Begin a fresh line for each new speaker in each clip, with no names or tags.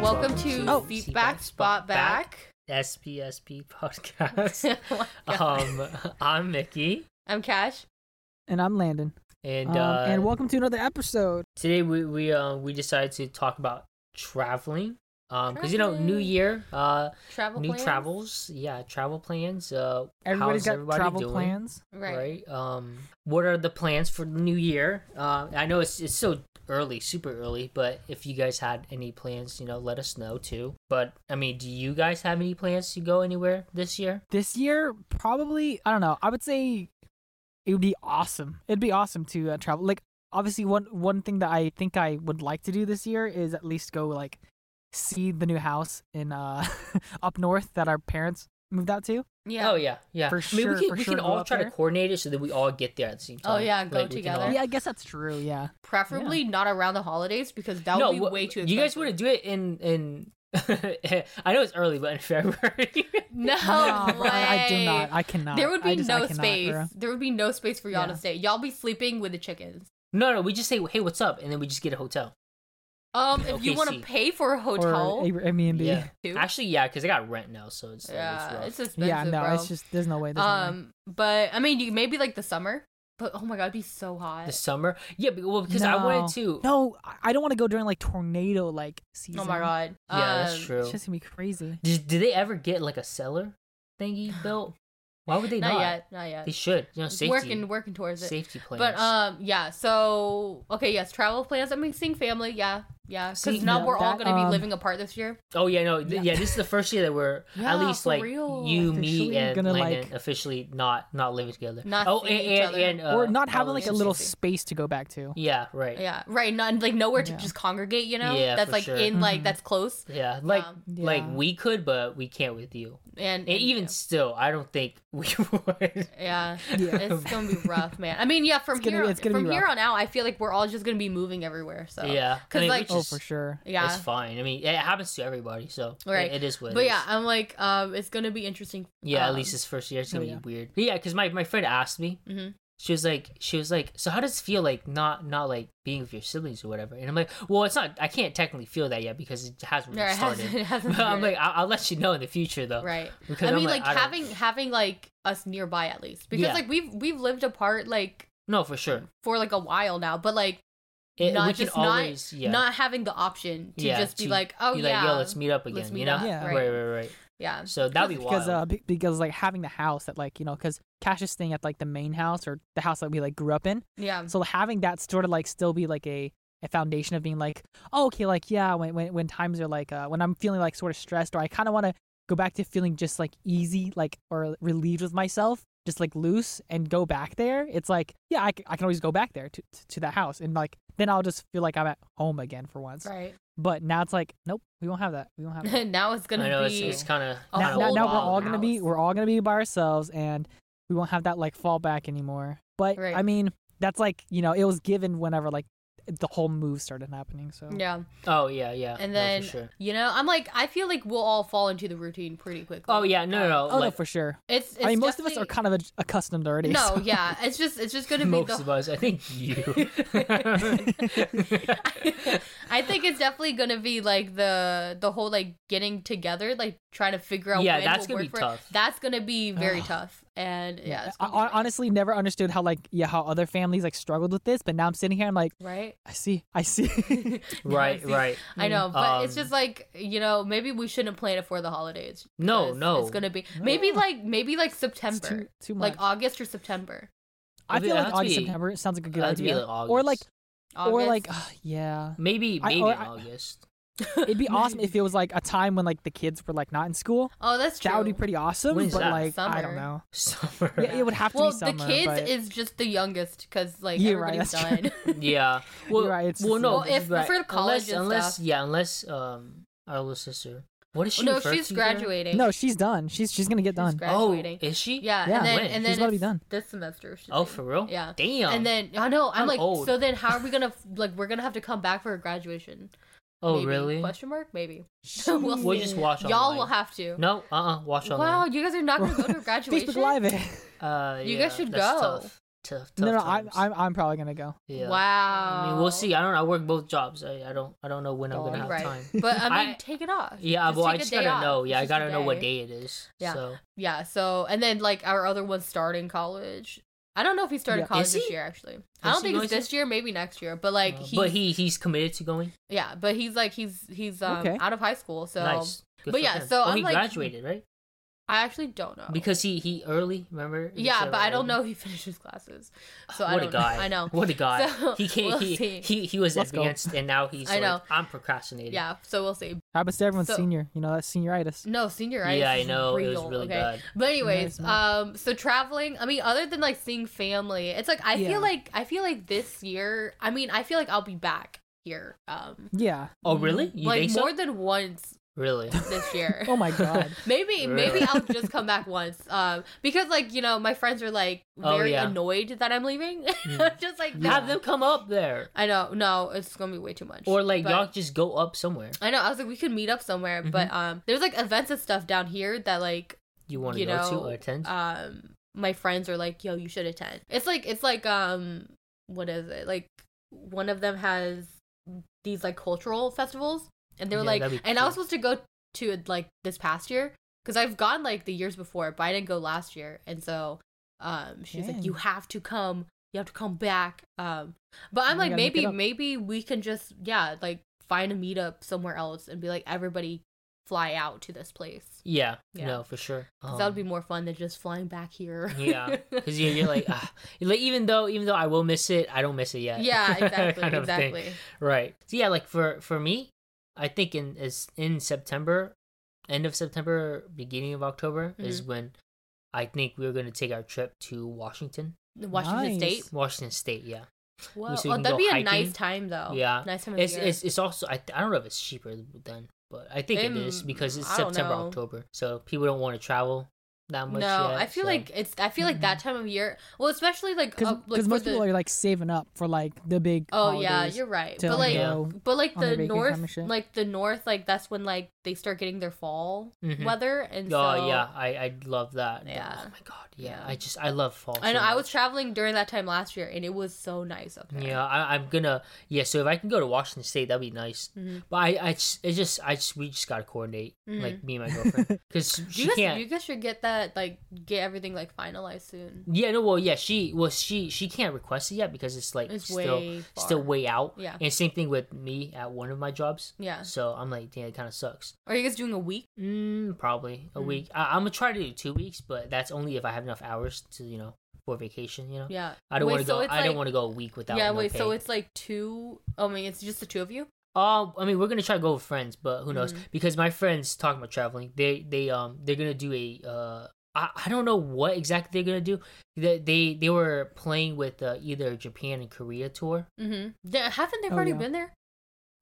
Welcome to
Oh.
Feedback Spot Back.
SPSP podcast.
Oh
um, I'm Mickey,
I'm Cash.
And I'm Landon.
and
Um,
uh,
and welcome to another episode.
today we we um we decided to talk about traveling. Um, because you know, New
Traveling.
Year, uh,
Travel
new
plans?
travels, yeah, travel plans. Uh,
Everybody's
how's
got
everybody
travel
doing,
plans.
Right.
Right. Um, what are the plans for the New Year? Uh, I know it's it's so early, super early, but if you guys had any plans, you know, let us know too. But I mean, do you guys have any plans to go anywhere this year?
This year, probably, I don't know. I would say it would be awesome. It'd be awesome to uh, travel. Like, obviously, one one thing that I think I would like to do this year is at least go like see the new house in uh up north that our parents moved out to.
Yeah.
Oh yeah, yeah.
For
I mean,
sure-
we can,
for
we
sure
can
go
all
up
try to
there.
coordinate it so that we all get there at the same
Oh,
time.
yeah, go
we can all-
together.
Yeah, I guess that's true. Yeah.
Preferably not around the holidays because that would
no,
be
wha-
way too expensive.
You guys want to do it in in. I know it's early, but in February.
No,
No,
way.
bro, I do not. I cannot.
There would
I
be
just- I
no
cannot,
space.
bro.
There would be no space for y'all to
Yeah.
stay. Y'all be sleeping with the chickens.
no, no, we just say, "Hey, what's up?" and then we just get a hotel.
Um, if you want to
OKC.
pay for a
Or
hotel,
A- Airbnb.
Yeah,
too?
actually, yeah, because I got rent now, so it's like, it's
yeah,
rough.
it's expensive,
Yeah, no,
bro.
it's just there's no way. There's no way.
um, but I mean, you, maybe like the summer. But oh my god, it'd be so hot.
the summer. Yeah, be- well, because I wanted to.
No, I- I don't want to go during like tornado like season.
oh my god.
Yeah,
Um,
that's true.
it's just gonna be crazy.
Did, did they ever get like a cellar thingy built? Why would they
Not,
not?
yet. Not yet.
They should. You know, safety.
Working, working towards it.
safety plans.
But um, yeah. So okay, yes, travel plans. I'm seeing family. Yeah, yeah. Because
See,
now
yeah,
we're all
that,
gonna be
um,
living apart this year.
Oh yeah, no, th- yeah.
Yeah.
This is the first year that we're
Yeah,
at least
for
like
real.
you, me,
Officially
and
gonna,
Landon
like-
officially not not living together.
Not
oh,
seeing
and,
each
and,
other.
and, uh,
or not having like a
relationships.
little
safety.
space to go back to.
Yeah, right. Yeah,
Yeah, right. Not like nowhere to
Yeah.
just congregate. You know,
Yeah,
that's
for
like
sure. Mm-hmm.
in like
Mhm.
that's close.
like
Um,
like
Yeah.
we could, but we can't with you.
And,
And even still, I don't think we would.
yeah.
Yeah.
It's gonna be rough, man. I mean, yeah. From
It's gonna
here,
be- it's gonna
from
be
here
rough.
on out, I feel like we're all just gonna be moving everywhere. So
yeah, I
'Cause,
mean,
like-
which
Oh,
is-
for sure.
yeah.
It's fine. I mean, it happens to everybody, so it-
Right.
it is what. it
but
is.
yeah, I'm like, um, it's gonna be interesting.
yeah. at
um,
least this first year, it's
oh,
gonna
yeah.
be weird. Yeah, because my my friend asked me,
mhm.
she was like she was like so how does it feel like not not like being with your siblings or whatever and i'm like well it's not i can't technically feel that yet because it hasn't
No,
really
it
started
hasn't. It hasn't
but i'm like
started.
I'll, I'll let you know in the future though
right.
because
I
I'm
mean, like,
don't-
having having like us nearby at least, because
Yeah.
like we've we've lived apart like
no for sure
for like a while now, but like
it,
Not
we can
just- not-
always yeah
not having the option to
Yeah,
just be
to
like, oh
be like
yeah,
yo let's meet up
let's
again you
meet
know
up,
Yeah.
right.
right.
right right
yeah,
so that'd be wild
Because uh, be- because like having the house that like you know because Cash is staying at like the main house or the house that we like grew up in.
yeah,
So having that sort of like still be like a a foundation of being like oh, okay like yeah when when when times are like uh when I'm feeling like sort of stressed or I kind of want to go back to feeling just like easy like or relieved with myself just like loose and go back there it's like yeah I, c- I can always go back there to, to to that house and like then I'll just feel like I'm at home again for once
right.
but now it's like nope we don't have that we don't have that.
now it's uh, gonna
i know
be
it's, it's kind of
a
now,
whole
now, now we're
wild
all gonna be
house.
we're all gonna be by ourselves and we won't have that like fallback anymore but
Right.
i mean that's like you know it was given whenever like the whole move started happening so
yeah,
oh yeah yeah
and
no,
then
for sure
you know, I'm like, I feel like we'll all fall into the routine pretty quickly.
oh yeah no no, no
oh no
like,
for sure
it's, it's
i mean most of us
definitely-
are kind of ad- accustomed already
No,
so-
yeah, it's just it's just gonna be
most
the
of us i think you
I think it's definitely gonna be like the the whole like getting together, like trying to figure out.
Yeah,
when
that's
will
gonna
work
be
for-
tough.
That's gonna be very tough, and yeah, it's
I,
gonna be
I honestly never understood how like yeah how other families like struggled with this but now i'm sitting here i'm like
right.
i see i see
right right
I know, but it's
Um,
just like you know, maybe we shouldn't plan it for the holidays.
No,
because
no.
it's gonna be maybe like maybe like September,
it's too, too much
like August or September.
i
It'd be-
feel
it'd
like
have to
august
be-
september sounds like a good
Uh,
it'd have to be
idea
like
or
August.
like
August.
or like ugh, yeah
Maybe
I-
maybe
or
in
I-
August.
It'd be awesome if it was like a time when like the kids were like not in school.
oh, that's true.
That would be pretty awesome.
When is
But
that?
like I
Summer.
don't know.
Summer.
Yeah, it would have to
well,
be summer.
the kids
but-
is just the youngest because like
You're right,
everybody's
that's true.
done.
Yeah. Well,
You're right, it's
well
just
no.
Well,
if-
but
for college
unless,
and
unless
stuff. Oh,
yeah, unless um our little sister. What is she?
no,
referred
she's
to here?
graduating.
no, she's done. She's she's gonna get done.
gra-
Oh,
graduating.
is she?
Yeah,
Yeah.
and then
When?
and then
She's about to be
it's
done.
This semester. should
Oh,
be.
for real?
Yeah.
Damn.
And then I know I'm
I'm
like
old.
so. Then how are we gonna f- like we're gonna have to come back for a graduation?
oh
maybe?
really?
Question mark? Maybe. we'll
We'll
see.
just watch
Y'all
online.
will have to.
No. Uh. uh Watch
wow,
online.
you guys are not gonna go to a
Facebook
graduation.
Live it.
Uh.
You
yeah,
guys should go.
that's tough. tough. tough
No, no, I'm,
times.
I'm I'm probably gonna go.
yeah.
Wow.
I mean, we'll see. I don't. know. I work both jobs. I, I don't. I don't know when I'm gonna
Dog.
have
Right.
time.
But I mean,
I-
take it off.
Yeah,
Just
well, I
take a
just
day
gotta
off.
know. Yeah,
It's
I
just a
gotta know what
day.
day it is.
Yeah.
So
Yeah. So, and then like our other one's starting college. I don't know if he started
Yeah.
college
Is
this
he?
year. Actually, I don't
he
think
going
it's
to?
this year. Maybe next year. But like,
uh,
he,
but he he's committed to going.
yeah, but he's like he's he's um
Okay.
out of high school. So
nice. Good
but
for
yeah,
him.
so
oh,
I'm
he
like-
graduated right
I actually don't know
because he he early. Remember? He
yeah,
said
but I don't
early.
know if he finished his classes. So I
what
don't
a
know.
guy!
I know.
What a guy!
So,
he can't.
we'll
he,
see.
he he was
Let's go.
advanced, and now he's.
I
like,
know.
I'm procrastinating.
Yeah. So we'll see.
Happens to everyone's
So- Mm.
senior. You know that's senioritis.
No, senioritis.
Yeah, I
is
know, it was
Real,
really
okay?
bad.
But anyways,
Senioritis, no.
um, so traveling. I mean, other than like seeing family, it's like I
Yeah.
feel like I feel like this year. I mean, I feel like I'll be back here. Um,
Yeah.
Oh really? You
like
think so?
more than once
Really?
this year.
Oh my god.
Maybe maybe
Really?
I'll just come back once. Um, because like you know my friends are like
Oh,
very
yeah. Hmm.
annoyed that I'm leaving. just like
Yeah.
Mm. Have them come up there,
I know. No, it's gonna be way too much.
or like
But-
y'all Mm-hmm. just go up somewhere.
I know. I was like, we could meet up somewhere, but um, there's like events and stuff down here that like
You want to
you
go
know
to or attend?
um my friends are like, yo, you should attend. It's like it's like um what is it like one of them has these like cultural festivals, and they were
Yeah,
like,
that'd
and
be
I
cool.
was supposed to go to it like this past year because I've gone like the years before, but I didn't go last year, and so um she's
Dang.
like, you have to come, you have to come back. Um, but
Oh
I'm
We
like,
gotta make it
maybe
up.
maybe we can just yeah like find a meetup somewhere else and be like everybody fly out to this place.
yeah,
yeah.
No, for sure.
'Cause that would
Um,
be more fun than just flying back here.
yeah because you're, you're like, ah. like even though even though i will miss it i don't miss it yet
yeah, exactly,
Kind of thing.
exactly.
right so yeah like for for me i think in is in september end of september beginning of october is
Mm-hmm.
when i think we're going to take our trip to washington
Washington
Nice.
State.
washington state yeah
Whoa,
so we
oh,
can
that'd
go
be a
hiking.
nice time though.
Yeah.
nice time of
it's
the year.
it's, it's also I, I don't know if it's cheaper then but i think it is
Um,
because it's
I don't
september
know.
october so people don't want to travel that
no,
much yet,
I feel
so-
like it's. I feel like that time of year. Well, especially like
Mm-hmm. Because
uh, like for
most
the-
people are like saving up for like the big.
Oh yeah,
holidays
you're right.
to,
But like,
Yeah.
go.
but like
on their
the
vacation time and
north,
shit.
like the north, like that's when like they start getting their fall
Mhm.
weather, and so
Oh yeah, I I love that. That-
Yeah.
Oh my god. Yeah.
Yeah.
I just I love fall.
I know.
so
I was
much.
traveling during that time last year, and it was so nice up there.
Yeah. I, I'm gonna. Yeah. So if I can go to Washington State, that'd be nice.
Mhm.
But I I just it's just I just we just gotta coordinate
Mhm.
like me and my girlfriend because
You
she
guys,
can't.
you guys should get that like get everything like finalized soon.
Yeah. No. Well. Yeah. She. Well. She. She can't request it yet because it's like
It's
still
way
still
far.
way out.
Yeah.
And same thing with me at one of my jobs.
Yeah.
So I'm like, damn, it kind of sucks.
Are you guys doing a week?
Mm, probably a
Mm.
week. I, I'm gonna try to do two weeks, but that's only if I have enough hours to you know for vacation. You know.
Yeah.
I don't
Wait,
want to
so
go.
it's
I don't
like-
want to go a week without.
yeah,
no
wait,
Pay.
so it's like two oh I mean it's just the two of you?
Uh, I mean, we're gonna try to go with friends, but who knows?
Mhm.
Because my friends talking about traveling. They they um they're gonna do a uh I, I don't know what exactly they're gonna do. They they, they were playing with uh, either Japan and Korea tour.
Mm-hmm. haven't they
Oh,
already
yeah.
been there?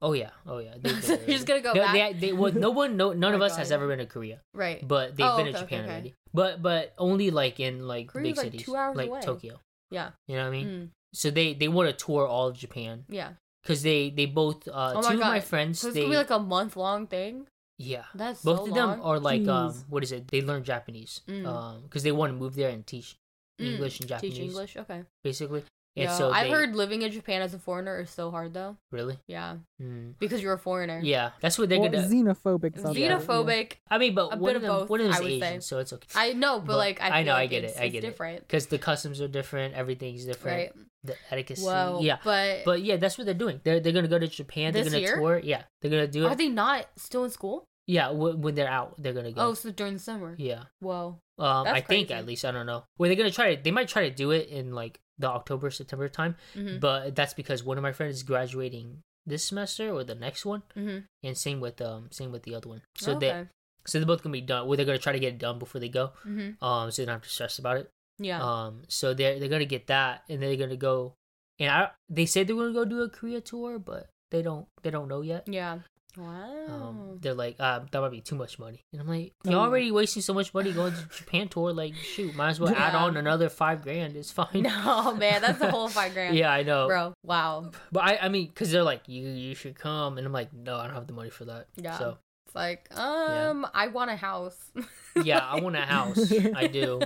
Oh yeah, oh yeah. They,
So you're just gonna go
they,
back?
They, they, well, no one, no none
Oh
of
my
us
God,
has
yeah.
ever been to Korea,
Right.
but they've
Oh,
been to
okay, okay,
Japan
okay.
already. But but only like in like
Korea's,
big
like,
cities,
two hours
like
away.
Tokyo.
Yeah.
You know what I mean?
Mm,
So they they want to tour all of Japan.
yeah.
because they they both uh
Oh
two
my
of my
God.
friends
So it's
they
gonna be like a month long thing.
yeah
That's so
both of
long.
them are like um
Jeez.
what is it they learn japanese Um 'cause
Mm.
because they want to move there and teach
Mm,
english and japanese
Teach English, okay.
basically and
Yeah.
so
I've
they-
heard living in Japan as a foreigner is so hard though.
really
Yeah.
mm.
Because you're a foreigner.
yeah that's what they're
Well,
gonna
xenophobic.
Xenophobic.
sounds like, yeah.
i mean but
a
one
bit
of
of
them
both,
one of
I
them
would
is
say.
asian so it's okay
I know, but,
But
like I,
I
feel
know, I
like
get it,
it's-
I
it's
get it.
different.
because the customs are different everything's different
Right.
the etiquette
Whoa.
yeah
But,
but yeah that's what they're doing they're, they're gonna go to japan
This
they're gonna
year?
tour yeah they're gonna do it
are they not still in school?
yeah w- when they're out they're gonna go
Oh, so during the summer.
yeah
Whoa.
Um,
That's
I think
crazy.
at least I don't know. Well, they're gonna try. They might try to do it in like the October September time,
Mhm.
but that's because one of my friends is graduating this semester or the next one,
Mm-hmm.
and same with um same with the other one. So they
okay.
so they're both gonna be done. Well, they're gonna try to get it done before they go,
mm-hmm.
um, so they don't have to stress about it.
Yeah.
Uh,
Um, so they're they're gonna get that, and they're gonna go, and I they said they're gonna go do a Korea tour, but they don't they don't know yet.
Yeah. Wow.
Um, they're like, uh, that might be too much money, and I'm like,
Oh,
you're
yeah.
Mm.
already wasting so much money going to Japan tour. Like, shoot, might as well add
Yeah.
on another five grand. It's fine.
no, man, that's a whole five grand.
yeah, I know,
Bro, wow.
but I, I mean, because they're like, you, you should come, and I'm like, no, I don't have the money for that.
Yeah.
So
It's like, um, I want a house.
yeah, I want a house. I do.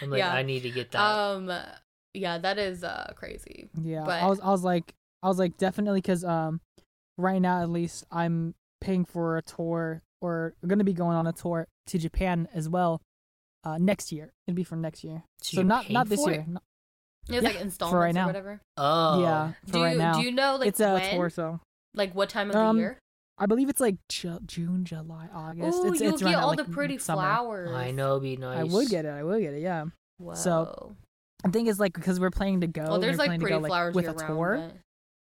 I'm like,
Yeah.
I need to get that.
Um, yeah, that is uh crazy.
Yeah,
But-
I was I was like I was like definitely because um right now at least I'm paying for a tour or gonna be going on a tour to Japan as well uh next year. It'd be for next year, so
you
not
paid
not this
for it?
year. No-
It's
Yeah,
like
for
installments
right now.
or whatever.
Oh.
yeah, for
do
right
you
now
do you know like
it's a
when?
tour, so
Like what time of
Um,
the year?
I believe it's like Ju- June, July, August.
Ooh,
it's,
you'll
it's
get
right now,
all
like,
the pretty
summer.
flowers.
I know it'd be nice.
I would get it. I would get it. Yeah.
Wow.
So, The thing is, like, because we're planning to go.
well, Oh, there's
we're
like
Oh, planning
pretty
to go,
flowers
like, with
year
a tour.
round.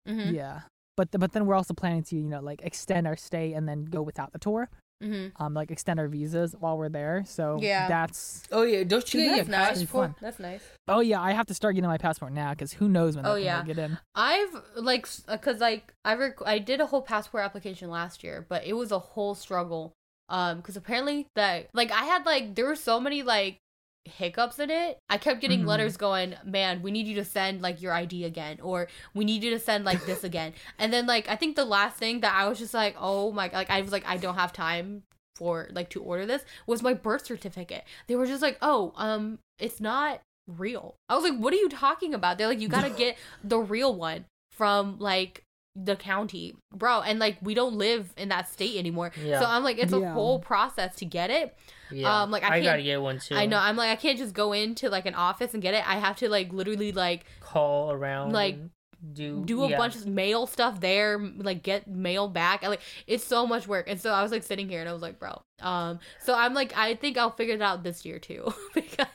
But... Mm-hmm.
Yeah. But th- but then we're also planning to you know like extend our stay and then go without the tour.
Mm-hmm.
Um, like extend our visas while we're there. So
Yeah.
that's.
Oh yeah, don't you
Dude,
get your
that's nice.
passport?
That's nice.
Oh yeah, I have to start getting my passport now because who knows when
Oh,
they'll
yeah.
get in.
I've like s- uh, cause like I rec- I did a whole passport application last year, but it was a whole struggle. Um, cause apparently that like I had like there were so many like hiccups in it. I kept getting
Mhm.
letters going, man, we need you to send like your ID again, or we need you to send like this again. And then like I think the last thing that I was just like, oh my, like I was like I don't have time for like to order this was my birth certificate. They were just like, oh, um, it's not real. I was like, what are you talking about? They're like, you gotta get the real one from like the county, bro. And like we don't live in that state anymore.
Yeah.
So I'm like, it's a
Yeah.
whole process to get it.
Yeah.
Um, like, I
gotta
can't-
get one too.
I know. I'm like, I can't just go into like an office and get it. I have to like literally like
Call around.
Like,
and do
do a
yeah.
bunch of mail stuff there, m- like get mail back. And, like it's so much work. And so I was like sitting here and I was like, bro. Um so I'm like I think I'll figure it out this year too because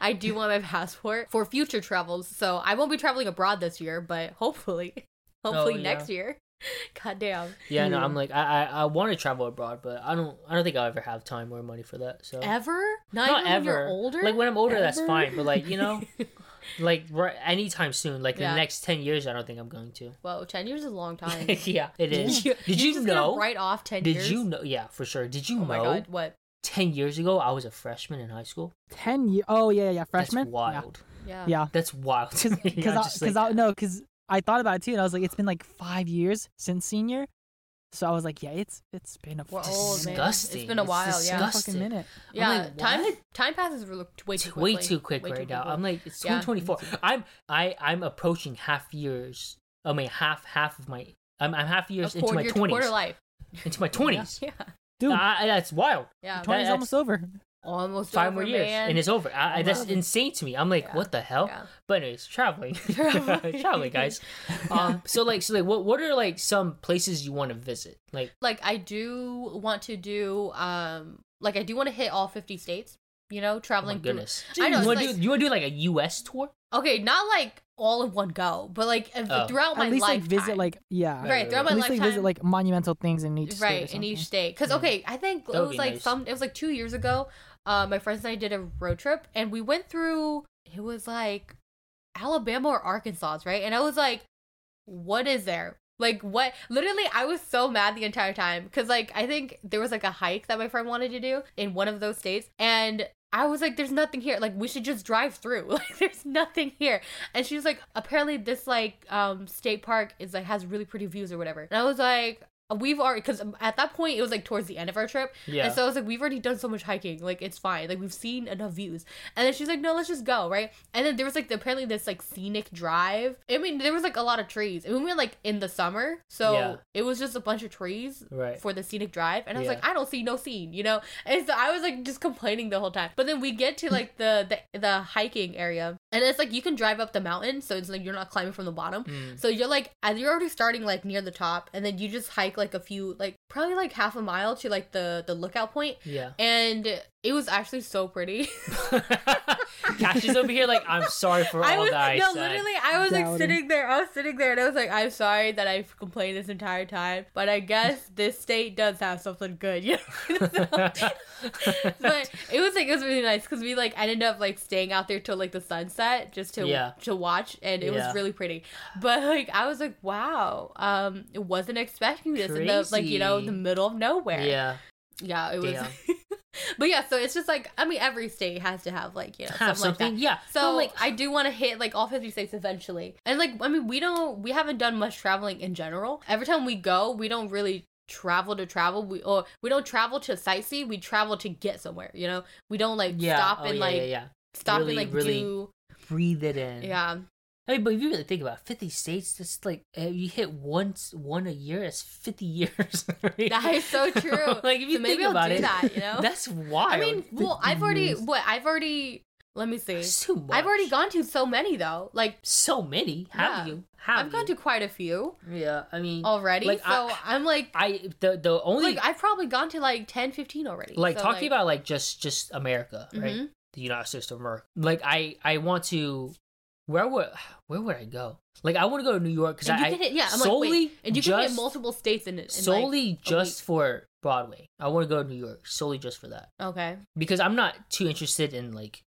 I do want my passport for future travels. So I won't be traveling abroad this year, but hopefully hopefully
Oh, yeah.
next year. God damn.
Yeah, no,
Yeah.
I'm like I I, I want to travel abroad, but I don't I don't think I'll ever have time or money for that. So
Ever? Not,
Oh. not
even when you're
ever.
older?
Like when I'm older, that's
Ever?
fine. But like you know, like right, anytime soon, like
Yeah.
the next ten years, I don't think I'm going to.
Whoa, ten years is a long time.
yeah, it is.
You-
Did
you're
you
just gonna
know?
write off ten
Did
years?
you know? Yeah, for sure. Did you
Oh
know?
my god, what?
Ten years ago, I was a freshman in high school.
Ten year. Oh yeah, yeah, freshman.
That's wild.
Yeah.
Yeah.
That's wild. to me. I'm
Because
just
I, because
like-
I no, because I thought about it too, and I was like, it's been like five years since senior, so I was like, yeah, it's it's been a
We're
fucking
old, Oh, man.
minute.
It's
Disgusting.
been a
It's
while, yeah.
Fucking
disgusting.
minute.
Yeah,
like,
time
what?
time passes really way too
It's
quickly.
way too quick right now. I'm like it's
Yeah.
2024. I'm I I'm approaching half years. I mean half half of my I'm I'm half years
A
into
quarter,
my
your quarter
20s.
life.
Into my 20s.
Yeah,
Dude,
I- I- that's wild.
yeah.
That-
20's
that's
almost over.
Almost
Five
over,
more years
man.
and it's over. I, I, that's
Wow.
insane to me. I'm like,
Yeah.
what the hell?
Yeah.
But anyways, traveling,
Traveling.
traveling, guys. Um, so like, so like, what what are like some places you want to visit? Like,
like I do want to do um like I do want to hit all 50 states. You know,
oh my
traveling. through-
goodness,
I know,
you
it's
want to
like-
do you want to do like a U.S. tour?
Okay, not like all in one go, but like if-
Oh.
throughout my
at least
lifetime.
like visit like yeah.
right,
Right,
throughout
right,
my
At least
lifetime.
like visit like monumental things in each state or
right in
something.
each state because
Mm.
okay i think
That
it
would
was
be
like
nice.
some it was like two years ago uh my friends and i did a road trip and we went through it was like alabama or arkansas right and i was like what is there like what literally i was so mad the entire time because like i think there was like a hike that my friend wanted to do in one of those states and i was like there's nothing here like we should just drive through like there's nothing here and she's like apparently this like um state park is like has really pretty views or whatever and i was like we've already because at that point it was like towards the end of our trip
Yeah.
and so i was like we've already done so much hiking like it's fine like we've seen enough views and then she's like no let's just go right and then there was like the, apparently this like scenic drive i mean there was like a lot of trees and we went like in the summer so
Yeah.
it was just a bunch of trees
Right.
for the scenic drive and i was
Yeah.
like i don't see no scene you know and so i was like just complaining the whole time but then we get to like the the, the hiking area and it's like you can drive up the mountain so it's like you're not climbing from the bottom
Mm.
so you're like as you're already starting like near the top and then you just hike like a few like probably like half a mile to like the the lookout point
Yeah.
and it was actually so pretty.
Cash is over here like I'm sorry for
I
all
was
that I
no,
said.
literally, I was like
Doubting.
sitting there. I was sitting there, and I was like, "I'm sorry that I've complained this entire time, but I guess this state does have something good." You know? So- but it was like it was really nice because we like ended up like staying out there till like the sunset just to
Yeah.
to watch, and it
Yeah.
was really pretty. But like I was like, "Wow, um, it wasn't expecting this," in the like you know
Crazy.
the middle of nowhere.
yeah,
Yeah, it was. but yeah, so it's just like I mean, every state has to have like you know
have
something.
something.
Like that.
yeah.
So
No,
like I do want to hit like all fifty states eventually, and like I mean we don't we haven't done much traveling in general. Every time we go, we don't really travel to travel. We or we don't travel to sightsee. We travel to get somewhere. You know, we don't like
yeah.
stop
oh,
and
yeah,
like
yeah, yeah.
stop
Really,
and like
really
do
breathe it in.
Yeah.
I mean, but if you really think about it, 50 states, that's like, uh, you hit once, one a year, that's 50 years. right?
That is so true.
like, if you
So
think
maybe I'll
about
do
it,
that, you know?
that's wild.
I mean, well, I've
50
already
years.
what I've already. Let me see.
That's too much.
I've already gone to so many though. Like
so many.
Yeah.
Have you? Have
I've gone to quite a few
to. Yeah, I mean,
already.
Like,
so
I-
I, am like,
I the the only
like
like,
I've probably gone to like 10, 15 already. So,
talking about like just just America, right?
mhm.
The United States of America. Like I I want to where would where would I go? Like I want to go to New York because
And you
I
can hit, yeah, I'm
solely
like, wait, and you can hit
just-
multiple states in it. in, like,
solely
a
just for Broadway. I want to go to New York solely just for that
week. okay.
because I'm not too interested in like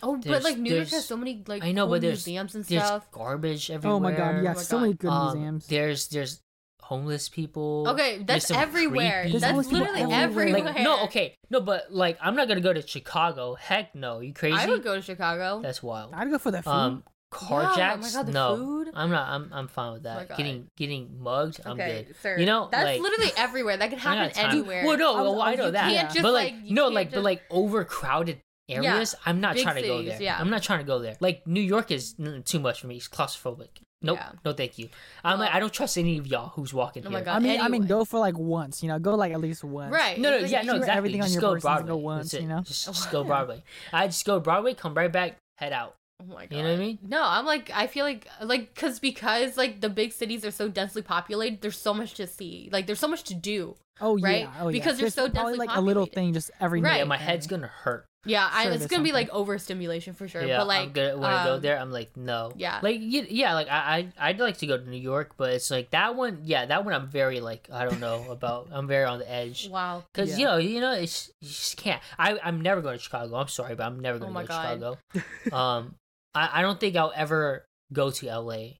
Oh, but
There's-
like New York
there's-
has so many like
I know,
cool
but there's-
museums and
there's
stuff.
garbage everywhere.
Oh my god, yeah,
my
so
God.
many good
Um,
museums.
There's there's homeless people.
Okay,
There's
that's
some
everywhere.
creepy-
There's
That's
always people
literally
everywhere.
everywhere.
Like, no, okay, no, but like I'm not gonna go to Chicago. Heck, no, you crazy?
I would go to Chicago.
That's wild.
I'd go for the food.
Um, carjacks?
Yeah, oh my God, the
no,
food.
I'm not. I'm I'm fine with
Oh
that.
God.
getting getting mugged, I'm
okay,
good.
sir.
You know,
that's
like,
literally everywhere. That could
I got
happen
time.
anywhere.
Well, no,
I'm-
well, I
I'm-
know
you
that.
can't
just,
but like,
like, you
no,
can't
like, but
just-
like overcrowded areas, I'm not
Big
trying to go
cities,
there.
yeah.
I'm not trying to go there. Like New York is mm, too much for me. It's claustrophobic. Nope,
Yeah.
no, thank you. I'm like,
Well-
I don't trust any of y'all who's walking
Oh my
here.
God.
I mean, I mean,
anyway.
go for like once, you know, go like at least once.
right?
No, no,
Like,
yeah, no,
do
exactly.
everything on
just
your
go
person, just
Broadway.
go once,
That's it.
you know?
just, just go Broadway. I just go Broadway, come right back, head out.
Oh my god.
You know what I mean?
No, I'm like I feel like like cuz because like the big cities are so densely populated, there's so much to see. Like there's so much to do.
Oh yeah.
Right?
Oh, yeah.
Because they're
There's
so
probably
densely
like a little
populated.
thing just every
Right.
Yeah,
night.
my head's gonna hurt.
Yeah, I,
Sure,
it's
there's
going to be like
something.
overstimulation for sure.
Yeah,
but like
I'm good when I go
um,
there. I'm like, no.
yeah.
Like, y- yeah, like I, I, I'd like to go to New York, but it's like that one. Yeah, that one. I'm very like, I don't know about. I'm very on the edge
Wow.
because you
Yeah.
know, you know, it's you just can't. I, I'm never going to Chicago. I'm sorry, but I'm never
Oh
going
my
to go to
God.
Chicago. um, I, I don't think I'll ever go to LA. I,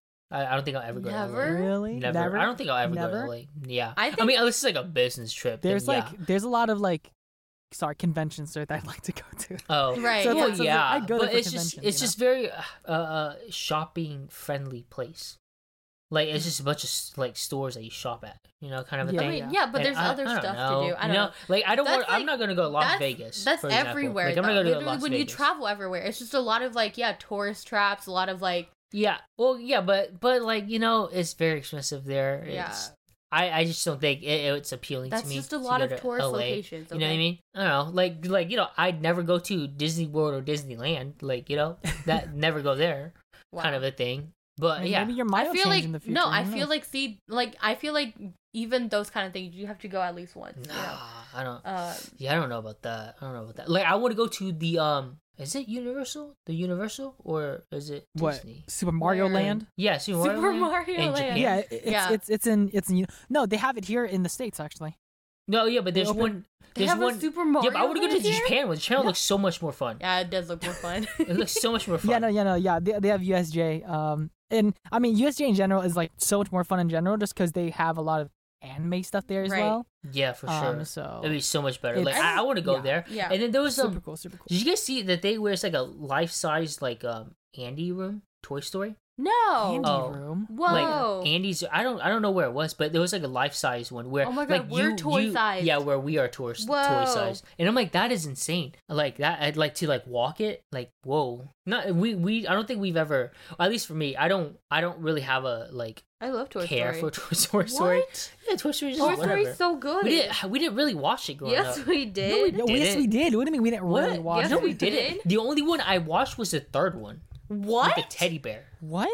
I don't think I'll ever go
Never?
to LA.
Really?
Never. I don't think I'll ever
Never?
go to LA. Yeah.
I
I,
think-
mean, this is like a business trip. then
There's
yeah.
like there's a lot of like sorry conventions sir, that I'd like to go to.
Oh.
Right.
So
yeah.
it's like- so it's
yeah,
I go there
but
for
it's just it's
conventions, you know?
just very uh, uh shopping friendly place. Like it's just a bunch of s- like stores that you shop at, you know, kind of a
Yeah.
I
thing.
mean,
yeah.
Oh, yeah, but
And
there's
I-
other
I don't
stuff
know,
to do. I
you
don't
know?
know.
Like I don't
That's
want. I'm
like-
not gonna go to Las
that's,
Vegas.
That's
for example.
everywhere.
Like I'm not
though.
gonna go to
Literally,
Las
when
Vegas.
you travel everywhere, it's just a lot of like yeah, tourist traps, a lot of like
Yeah. Well, yeah, but but like you know, it's very expensive there.
Yeah.
It's, I I just don't think it, it's appealing
that's
to me.
just a
to
lot
go
of
to
tourist
LA.
locations.
You know what I
okay?
mean? I don't know. Like like you know, I'd never go to Disney World or Disneyland. Like you know, that never go there. kind
Wow.
of a thing. But
I mean,
yeah,
Maybe your
I
mind will
feel
change
like
in the future.
no,
who
I feel
knows?
like see, like I feel like even those kind of things, you have to go at least once. you know?
nah, I don't.
Um,
uh,
Yeah, I don't know about that. I don't know about that. Like, I want to go to the um. Is it Universal? The Universal or is it
what
Disney?
Super Mario
Where?
Land?
Yeah, Super Mario.
Super
Land
Mario
in
Land.
Japan.
Yeah, it- it's,
Yeah.
it's it's in it's in no, they have it here in the states actually.
No, yeah, but there's
open-
one.
they
There's
have
one.
a Super Mario.
yeah, but I want to go to
Land here?
Japan. One Japan looks so much more fun.
Yeah, it does look more fun.
It looks so much more fun.
Yeah, no, yeah, no, yeah. They, they have USJ. Um, and I mean USJ in general is like so much more fun in general, just because they have a lot of anime stuff there as
Right.
well.
Yeah, for
Um,
sure.
so
It'd be so much better. Like,
it's-
I, I want to go
yeah.
there.
Yeah.
And then there was some.
super cool, super cool.
Did you guys see that thing where it's like a life size like um Andy room, Toy Story?
no.
Candy
Oh.
room.
Whoa.
like Andy's. I don't. I don't know where it was, but there was like a life size one where.
Oh my God,
like,
we're toy sized.
Yeah, where we are
Whoa.
toy toy size, and I'm like, that is insane. Like that, I'd like to like walk it. Like whoa, not we we. I don't think we've ever. At least for me, I don't. I don't really have a like
I love Toy
care
Story.
for Toy Story. Story.
What?
Yeah, Toy Story is
Toy
just whatever.
Story's so good.
we didn't. We didn't really watch it growing
yes,
up.
we did.
Yeah, yes, we
didn't.
did. What do you mean we didn't
What?
really watch?
Yes,
no,
it?
we didn't. The only one I watched was the third one
what?
with the teddy bear.
What?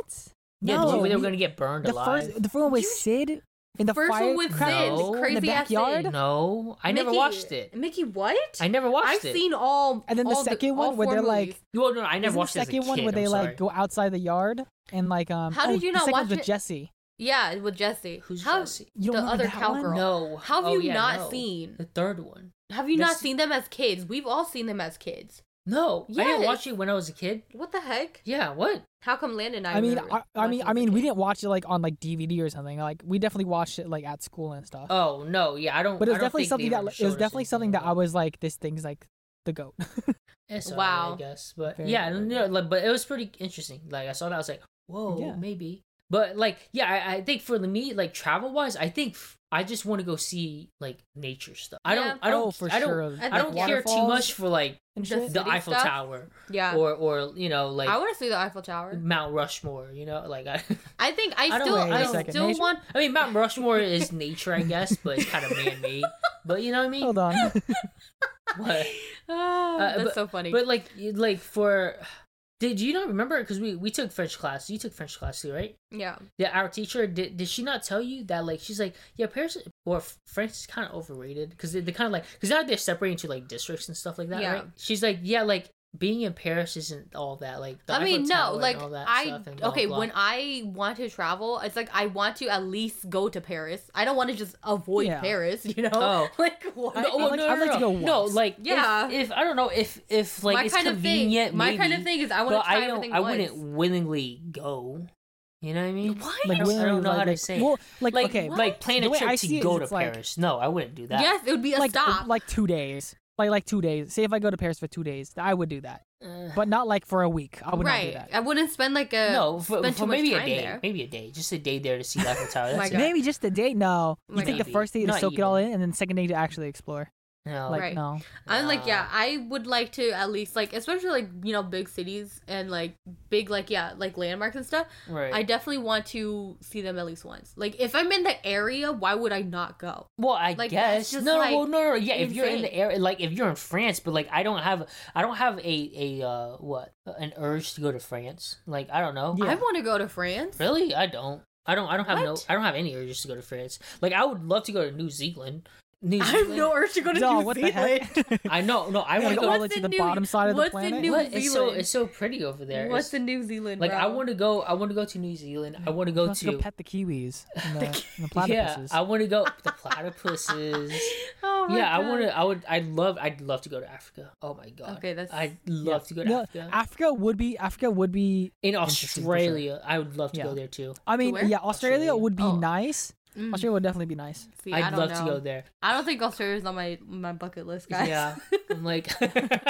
Yeah, the
No,
one where they were
we-
gonna get burned
the
alive.
first the first one with
You-
Sid in the
First one with
firecracker.
Sid,
No.
the
In the
crazy
backyard?
ass thing.
no, I never
Mickey-
watched it.
Mickey, what?
I never watched
I've
it.
seen all.
And then the
all
second
all
one where
four
they're like-
movies.
Well, no, I
Isn't
never
the
watched it as a
second one
kid,
where they
I'm sorry.
like go outside the yard and like um.
How did
oh,
you
the
not
second
watch
one's with
it?
Jesse?
Yeah, with Jesse.
Who's
How,
Jesse?
You don't
the
remember
other
that one?
cowgirl.
No,
How have
Oh,
you
yeah,
not
no.
seen?
the third one?
Have you not
That's-
seen them as kids? We've all seen them as kids.
No, I didn't
Yes.
watch it when I was a kid.
What the heck?
Yeah, what?
How come Landon and I?
I mean,
remember
I, I mean,
watching as
I
a
mean, we
kid?
didn't watch it like on like DVD or something. Like we definitely watched it like at school and stuff.
Oh no, yeah, I don't.
but it
I
was
don't
definitely
think
something
they
that
ever
it
showed
was
us
definitely something that
anything
I
about it.
was like, this thing's like the goat.
It's alright,
Wow.
I guess, but
Very
yeah,
good.
no, like, but it was pretty interesting. Like I saw that, I was like, whoa,
Yeah.
maybe. But like, yeah, I, I think for me, like travel wise, I think f- I just want to go see like nature stuff. I
Yeah.
don't, I don't,
oh, for
I don't,
sure.
I
I don't
Like
care too much for like
And
The
shit.
the
City
Eiffel
stuff?
Tower
Yeah.
or or you know like Mm.
I want to see the Eiffel Tower.
Mount Rushmore. You know, like I,
I think
I
I
don't-
still
wait a
I
second.
still
Nature-
want
I mean Mount Rushmore is nature, I guess, but it's kind of man made. But you know what I mean.
Hold on.
But,
Ah,
Uh,
that's so funny.
but like you- like for did you not remember? Because we we took French class. You took French class too, right?
yeah.
Yeah, our teacher did. Did she not tell you that? Like, she's like, yeah, Paris or F- France is kind of overrated because they, are kind of like because now they're separating into like districts and stuff like that.
Yeah.
Right? She's like, yeah, like being in Paris isn't all that. Like, the
I mean,
Eiffel Tower
no,
and
like
all that
I
stuff and blah,
okay,
blah,
when
blah."
I want to travel, it's like I want to at least go to Paris. I don't want to just avoid
Yeah.
Paris, you know?
Oh.
Like what?
No, oh,
like-
no,
I'd
no,
like to
no,
go
no,
once.
like
Yeah.
If, if I don't know if if like
my
it's
kind of thing.
convenient,
my kind of
maybe,
thing is I want
but
to try
I don't.
everything
I
once.
wouldn't willingly go. You know what I mean?
What?
I don't, I
literally,
don't know
like,
how to
like-
say. it.
Well, like,
like
okay,
what?
like plan
The
a
way I
trip
see
to
it
go
is
to
it's like-
Paris. no, I wouldn't do that.
Yes, it would be a
like
stop.
like two days. Like like two days. Say if I go to Paris for two days, I would do that,
Uh,
but not like for a week. I would
right. Oh
not do that.
I wouldn't spend like a
no, for,
spend
for
too much
maybe a
time
day,
there.
maybe a day, just a day there to see the Eiffel Tower.
My
That's
God.
it.
Maybe just a day. No, you
Like
take the
maybe.
first day to
Not
soak it all
even.
in, and then second day to actually explore.
No,
Like
Right.
no,
I'm like,
no.
yeah, I would like to at least like, especially like you know, big cities and like big like yeah, like landmarks and stuff.
uh, right.
I definitely want to see them at least once. Like, if I'm in the area, why would I not go?
well, I
like, that's
guess
just,
no,
like,
no, well, no, no, yeah. If you're in the
insane.
area, like if you're in France, but like I don't have, I don't have a a uh, what an urge to go to France. Like I don't know.
Yeah.
I want to go to France.
Really, I don't. I don't. I don't have no.
What?
I don't have any urges to go to France. Like I would love to go to New Zealand. New
I have
Zealand.
no urge to go to
Duh,
New
what the
Zealand.
heck?
I know. No, I
I
Like,
want to
want go
what's
all the way to
the
the
new-
bottom side of the
what's the
planet.
new-
What? It's so
Zealand.
it's so pretty over there.
What's
It's-
in New Zealand?
like I
bro?
want to go. I want to go to New Zealand. I want to go
Wants to
to
go pet the kiwis and the, and the
yeah.
platypuses.
I want to go the platypuses.
Oh my
yeah, I
God.
want to. I would. I love. I'd love to go to Africa. Oh my god.
Okay, that's-
I'd love to go to
No,
Africa.
Africa would be Africa would be.
In
Interesting, for sure.
Australia, I would love to
Yeah.
go there too.
I mean,
where?
yeah, Australia,
Australia.
would be
Oh.
nice.
Mm,
Australia would definitely be nice.
see, I
I'd
don't
love
know.
to go there.
I don't think Australia's on my my bucket list, guys.
Yeah, I'm like,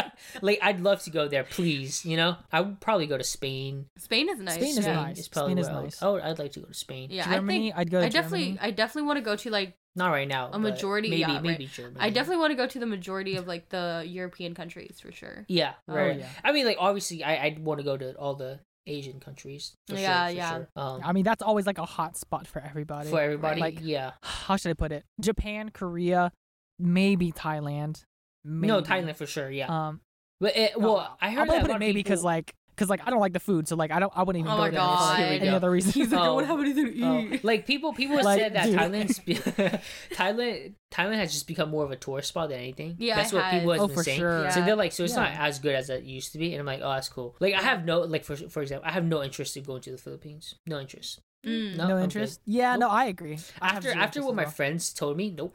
like I'd love to go there. Please, you know, I would probably go to Spain.
Spain is nice.
Spain is
yeah.
Spain
nice.
is probably
Spain
where
is
I would-
nice.
I would, I'd like to go to Spain.
Yeah,
Germany,
I think
I'd go to
I definitely
Germany.
I definitely want to go to like
Not right now. but
majority-
Maybe
yeah, right.
maybe Germany.
I definitely want to go to the majority of like the European countries for sure.
Yeah,
Oh,
right.
yeah.
I mean, like obviously, I I'd want to go to all the Asian countries. For
Yeah,
sure, for
yeah.
Sure. Um,
I mean, that's always like a hot spot for everybody.
for everybody.
Like-
yeah.
How should I put it? Japan, Korea, maybe Thailand. Maybe.
No, Thailand for sure. Yeah.
Um,
but it,
no,
well, I
I'm
heard
gonna
that
put
a lot
it
of
maybe because
people-
like because like I don't like the food, so like I don't I wouldn't even
Oh
go
my
there for like,
God.
any other reason.
He's like, I
Oh.
don't have anything to
Oh,
eat.
like people, people
Like,
said that
dude.
Thailand's Thailand, Thailand has just become more of a tourist spot than anything.
Yeah,
that's
it
what people
has.
have
oh,
been
for
saying.
sure.
Yeah.
So they're like, so it's
Yeah.
not as good as it used to be, and I'm like, oh, that's cool. Like I have no, like for for example, I have no interest in going to the Philippines. No interest.
Mm.
No,
No
I'm good.
interest. Yeah, no, I agree. I have
After
zero
after
interest
what
as
my
well.
friends told me, nope.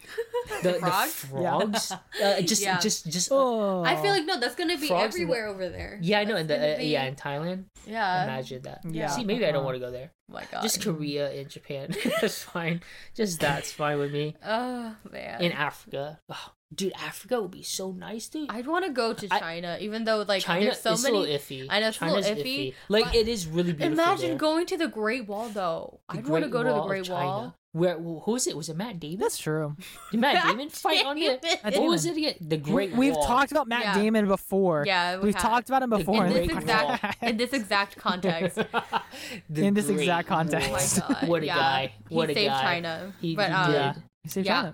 The, the
Frogs?
frogs, uh, just
Yeah.
just just.
oh,
I feel like no, that's gonna be
Frogs in the-
everywhere over there.
Yeah, I know.
That's
In the
gonna
uh,
be-
yeah, in Thailand,
Uh, yeah.
imagine that.
Yeah.
See, maybe I don't
Uh-uh.
want to go there.
Oh my god.
Just Korea and Japan. that's fine. Just that's fine with me.
Oh man.
In Africa, oh, dude, Africa would be so nice, dude.
I'd want to go to
I-
China, even though like
China
there's so
is a
many.
little iffy.
I know, it's a little
China's
iffy,
Like
but
it is really beautiful.
Imagine
there.
going to the Great Wall though.
The
I'd want to
Great
go to
Wall
the
of
Great
China.
Wall.
Where wh- who is it? Was it Matt Damon?
that's true.
Did Matt Damon fight on it?
Damon.
I
What was it again? The Great
We've
Wall.
talked about Matt
Yeah.
Damon before.
Yeah, we
We've
have.
talked about him before.
in
Great
this
Wall.
exact in this exact context.
The
In this
Great
exact
Wall.
Oh my
context.
god.
What a
yeah.
guy. What
he
a
saved
guy.
China.
He,
but
he
um
did.
yeah. Save
yeah.
China.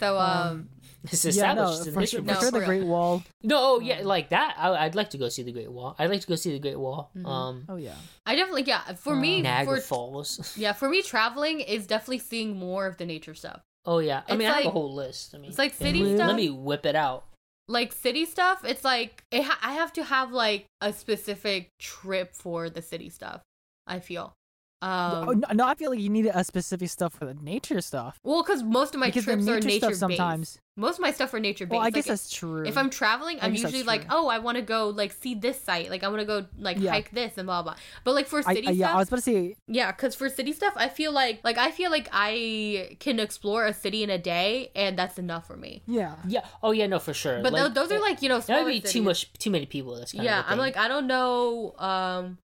so um,
Um,
It's
yeah, no,
established in
for,
history.
sure, for
No,
sure the
for
Great Wall.
No, oh, yeah,
Mm.
like that. I, I'd like to go see the Great Wall. I'd like to go see the Great Wall.
Mhm.
Um,
Oh yeah.
I definitely yeah. For
Um,
me,
Niagara
for
Falls.
yeah, for me, traveling is definitely seeing more of the nature stuff.
Oh yeah, I
It's
mean, I have a
like-
whole list. I mean,
it's like
let
city
me-
stuff.
Let me whip it out.
Like city stuff, it's like it ha- I have to have like a specific trip for the city stuff. I feel.
oh,
Um,
no, no, I feel like you need a specific stuff for the nature stuff.
well, because most of my
because
trips
the
are
nature
nature
stuff
based.
sometimes.
Most of my stuff are nature based.
Well, I guess
like,
that's true.
if I'm traveling,
I
I'm
guess that's
usually like,
true.
oh, I want to go like see this site, like I want to go like
Yeah.
hike this and blah blah. But like for
I,
city
I- yeah,
stuff,
I was about to say,
Yeah, because for city stuff, I feel like like I feel like I can explore a city in a day, and that's enough for me.
yeah,
Yeah. Oh yeah, no, for sure.
But tho- those are like you know
that
smaller
would be
cities.
too much, too many people. That's kind
Yeah,
of the
I'm
thing.
like I don't know. Um,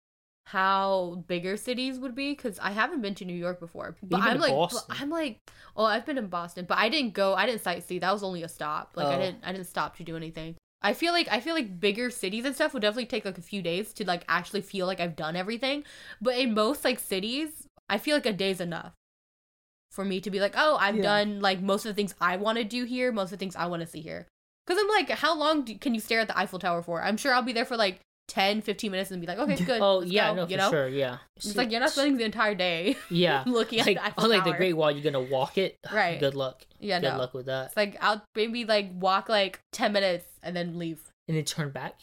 how bigger cities would be because I haven't been to New York before. But
been
I'm
to
like,
Boston.
but I'm like, oh, I've been in Boston, but I didn't go. I didn't sightsee. That was only a stop. Like I
Oh.
didn't, I didn't stop to do anything. I feel like I feel like bigger cities and stuff would definitely take like a few days to like actually feel like I've done everything. But in most like cities, I feel like a day's enough for me to be like, oh, I've
Yeah.
done like most of the things I want to do here, most of the things I want to see here. Because I'm like, how long do, can you stare at the Eiffel Tower for? I'm sure I'll be there for like 10, 15 minutes and be like, okay, good.
oh
let's
yeah,
go,"
no, for
you know?
sure, yeah.
It's like you're not spending the entire day
yeah.
looking
like,
at the
oh,
Eiffel
like the
Tower.
Great Wall, you're gonna walk it.
Right.
Good luck.
yeah,
Good
no.
luck with that.
It's like I'll maybe like walk like ten minutes and then leave.
And then turn back.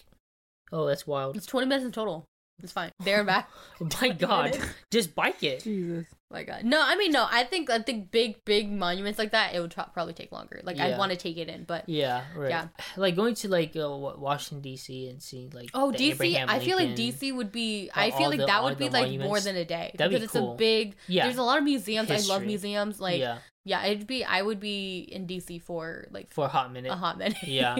Oh, that's wild.
It's twenty minutes in total. It's fine. There and back.
Oh my God,
minutes.
just bike it.
Jesus.
my God. uh, No, I mean no. I think I think big big monuments like that it would tro- probably take longer. Like I'd
Yeah.
want to take it in, but
Yeah, right.
Yeah.
Like going to like uh, Wa- Washington D.C. and seeing like
Oh,
the
DC.
Abraham
I feel like
Lincoln.
DC would be.
all-
I
all
feel like
the-
that
all
would be
the
like more
monuments.
than a day
That'd be
because it's
cool.
a big.
Yeah.
There's a lot of museums. I love
History.
museums. Like yeah.
yeah
it'd be. I would be in DC for like
for a hot minute.
a hot minute.
Yeah.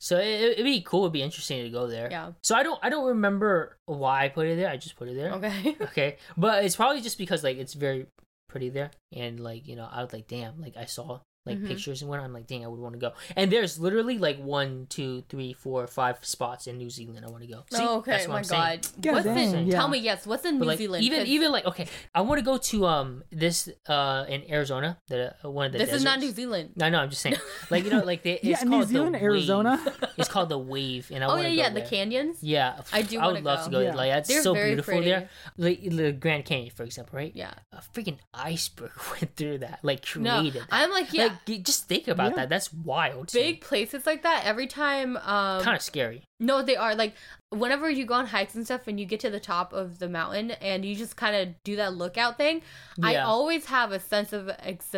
So it, it'd be cool. It'd be interesting to go there.
yeah.
So I don't I don't remember why I put it there. I just put it there.
Okay.
okay but it's probably just because like it's very pretty there and like you know i was like damn like i saw like
Mhm.
pictures and whatnot. i'm like dang i would want to go and there's literally like one two three four five spots in new zealand i want to go See,
oh, okay.
that's what
my
I'm saying.
God.
God
What's in?
dang,
yeah.
Tell me yes. What's in
But,
New
like,
Zealand?
even
'Cause
even like okay i want to go to um this uh in arizona the uh, one of the
this is not New
deserts.
Zealand.
no no i'm just saying like you know like they, it's
Yeah,
called
New
the
Zealand,
Wave.
Arizona.
it's called the wave and i
oh
want
yeah,
to
yeah.
go
The
there.
canyons.
yeah
I do
i
wanna
would love to
go.
go
Yeah.
like that's
They're
so
very
beautiful
pretty.
there like the grand canyon for example right
Yeah.
a freaking iceberg went through that, like
No,
created that.
I'm like yeah.
Like, you just think about
Yeah.
that. That's wild.
big places like that. Every time. Um,
kind of scary.
No, they are like whenever you go on hikes and stuff, and you get to the top of the mountain, and you just kind of do that lookout thing. I
Yeah.
always have a sense of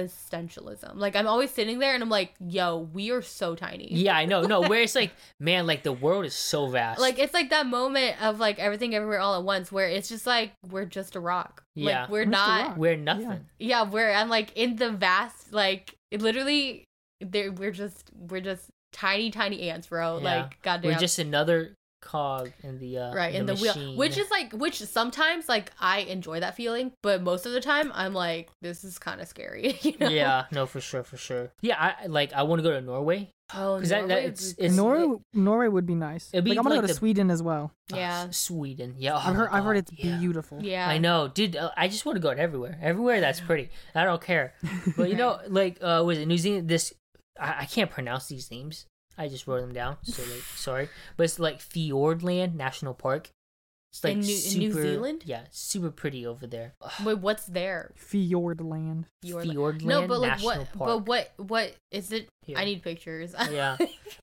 existentialism. Like I'm always sitting there, and I'm like, "Yo, we are so tiny."
Yeah, I know. No, where it's like, man, like the world is so vast.
Like it's like that moment of like everything everywhere all at once, where it's just like we're just a rock.
Yeah.
Like we're
We're just a
not.
rock.
we're nothing.
Yeah, we're I'm like in the vast. Like it literally, there we're just we're just tiny tiny ants, bro.
Yeah.
Like goddamn.
We're just another cog in the uh,
right in the, wheel
machine.
which is like which sometimes like i enjoy that feeling but most of the time i'm like this is kind of scary you know
yeah, no, for sure, for sure. Yeah, I I- like. I want to go to Norway
oh
because that, that
Norway
it's,
would be-
it's
Norway, Norway would be nice.
It'd be
like, I'm gonna
like
go to
the-
Sweden as well.
uh,
yeah
Sweden. Yeah, oh
I've
my
heard, I've heard
God,
it's
yeah.
beautiful.
yeah
I know, dude. uh, I just want to go to everywhere. Everywhere that's pretty. I don't care. But you
Right.
know, like, uh, was it New Zealand? This I, I can't pronounce these names. I just wrote them down. So like, sorry. But it's like Fiordland National Park. It's like
In New- in
super,
New Zealand?
Yeah, super pretty over there. Ugh,
wait what's there
Fjordland.
Your-
Fiordland
no but like
National
what
Park.
but what what is it
Here.
i need pictures
yeah,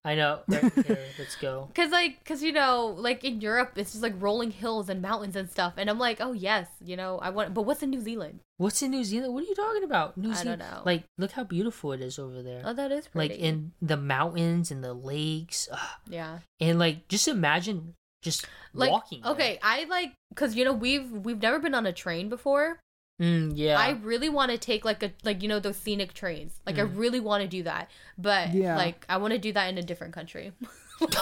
I know. Right here, let's go.
Cause like, cause you know, like in Europe, it's just like rolling hills and mountains and stuff, and I'm like, oh yes, you know, I want. But what's in New Zealand?
What's in New Zealand? What are you talking about? New
I don't
Zealand.
know.
Like, look how beautiful it is over there.
Oh, that is pretty.
like in the mountains and the lakes. Ugh.
yeah,
and like just imagine just
like
walking there.
okay, I like, cause you know we've we've never been on a train before,
mm, yeah
I really want to take like a like you know those scenic trains. Like I
Mm.
really want to do that, but
Yeah.
like I want to do that in a different country.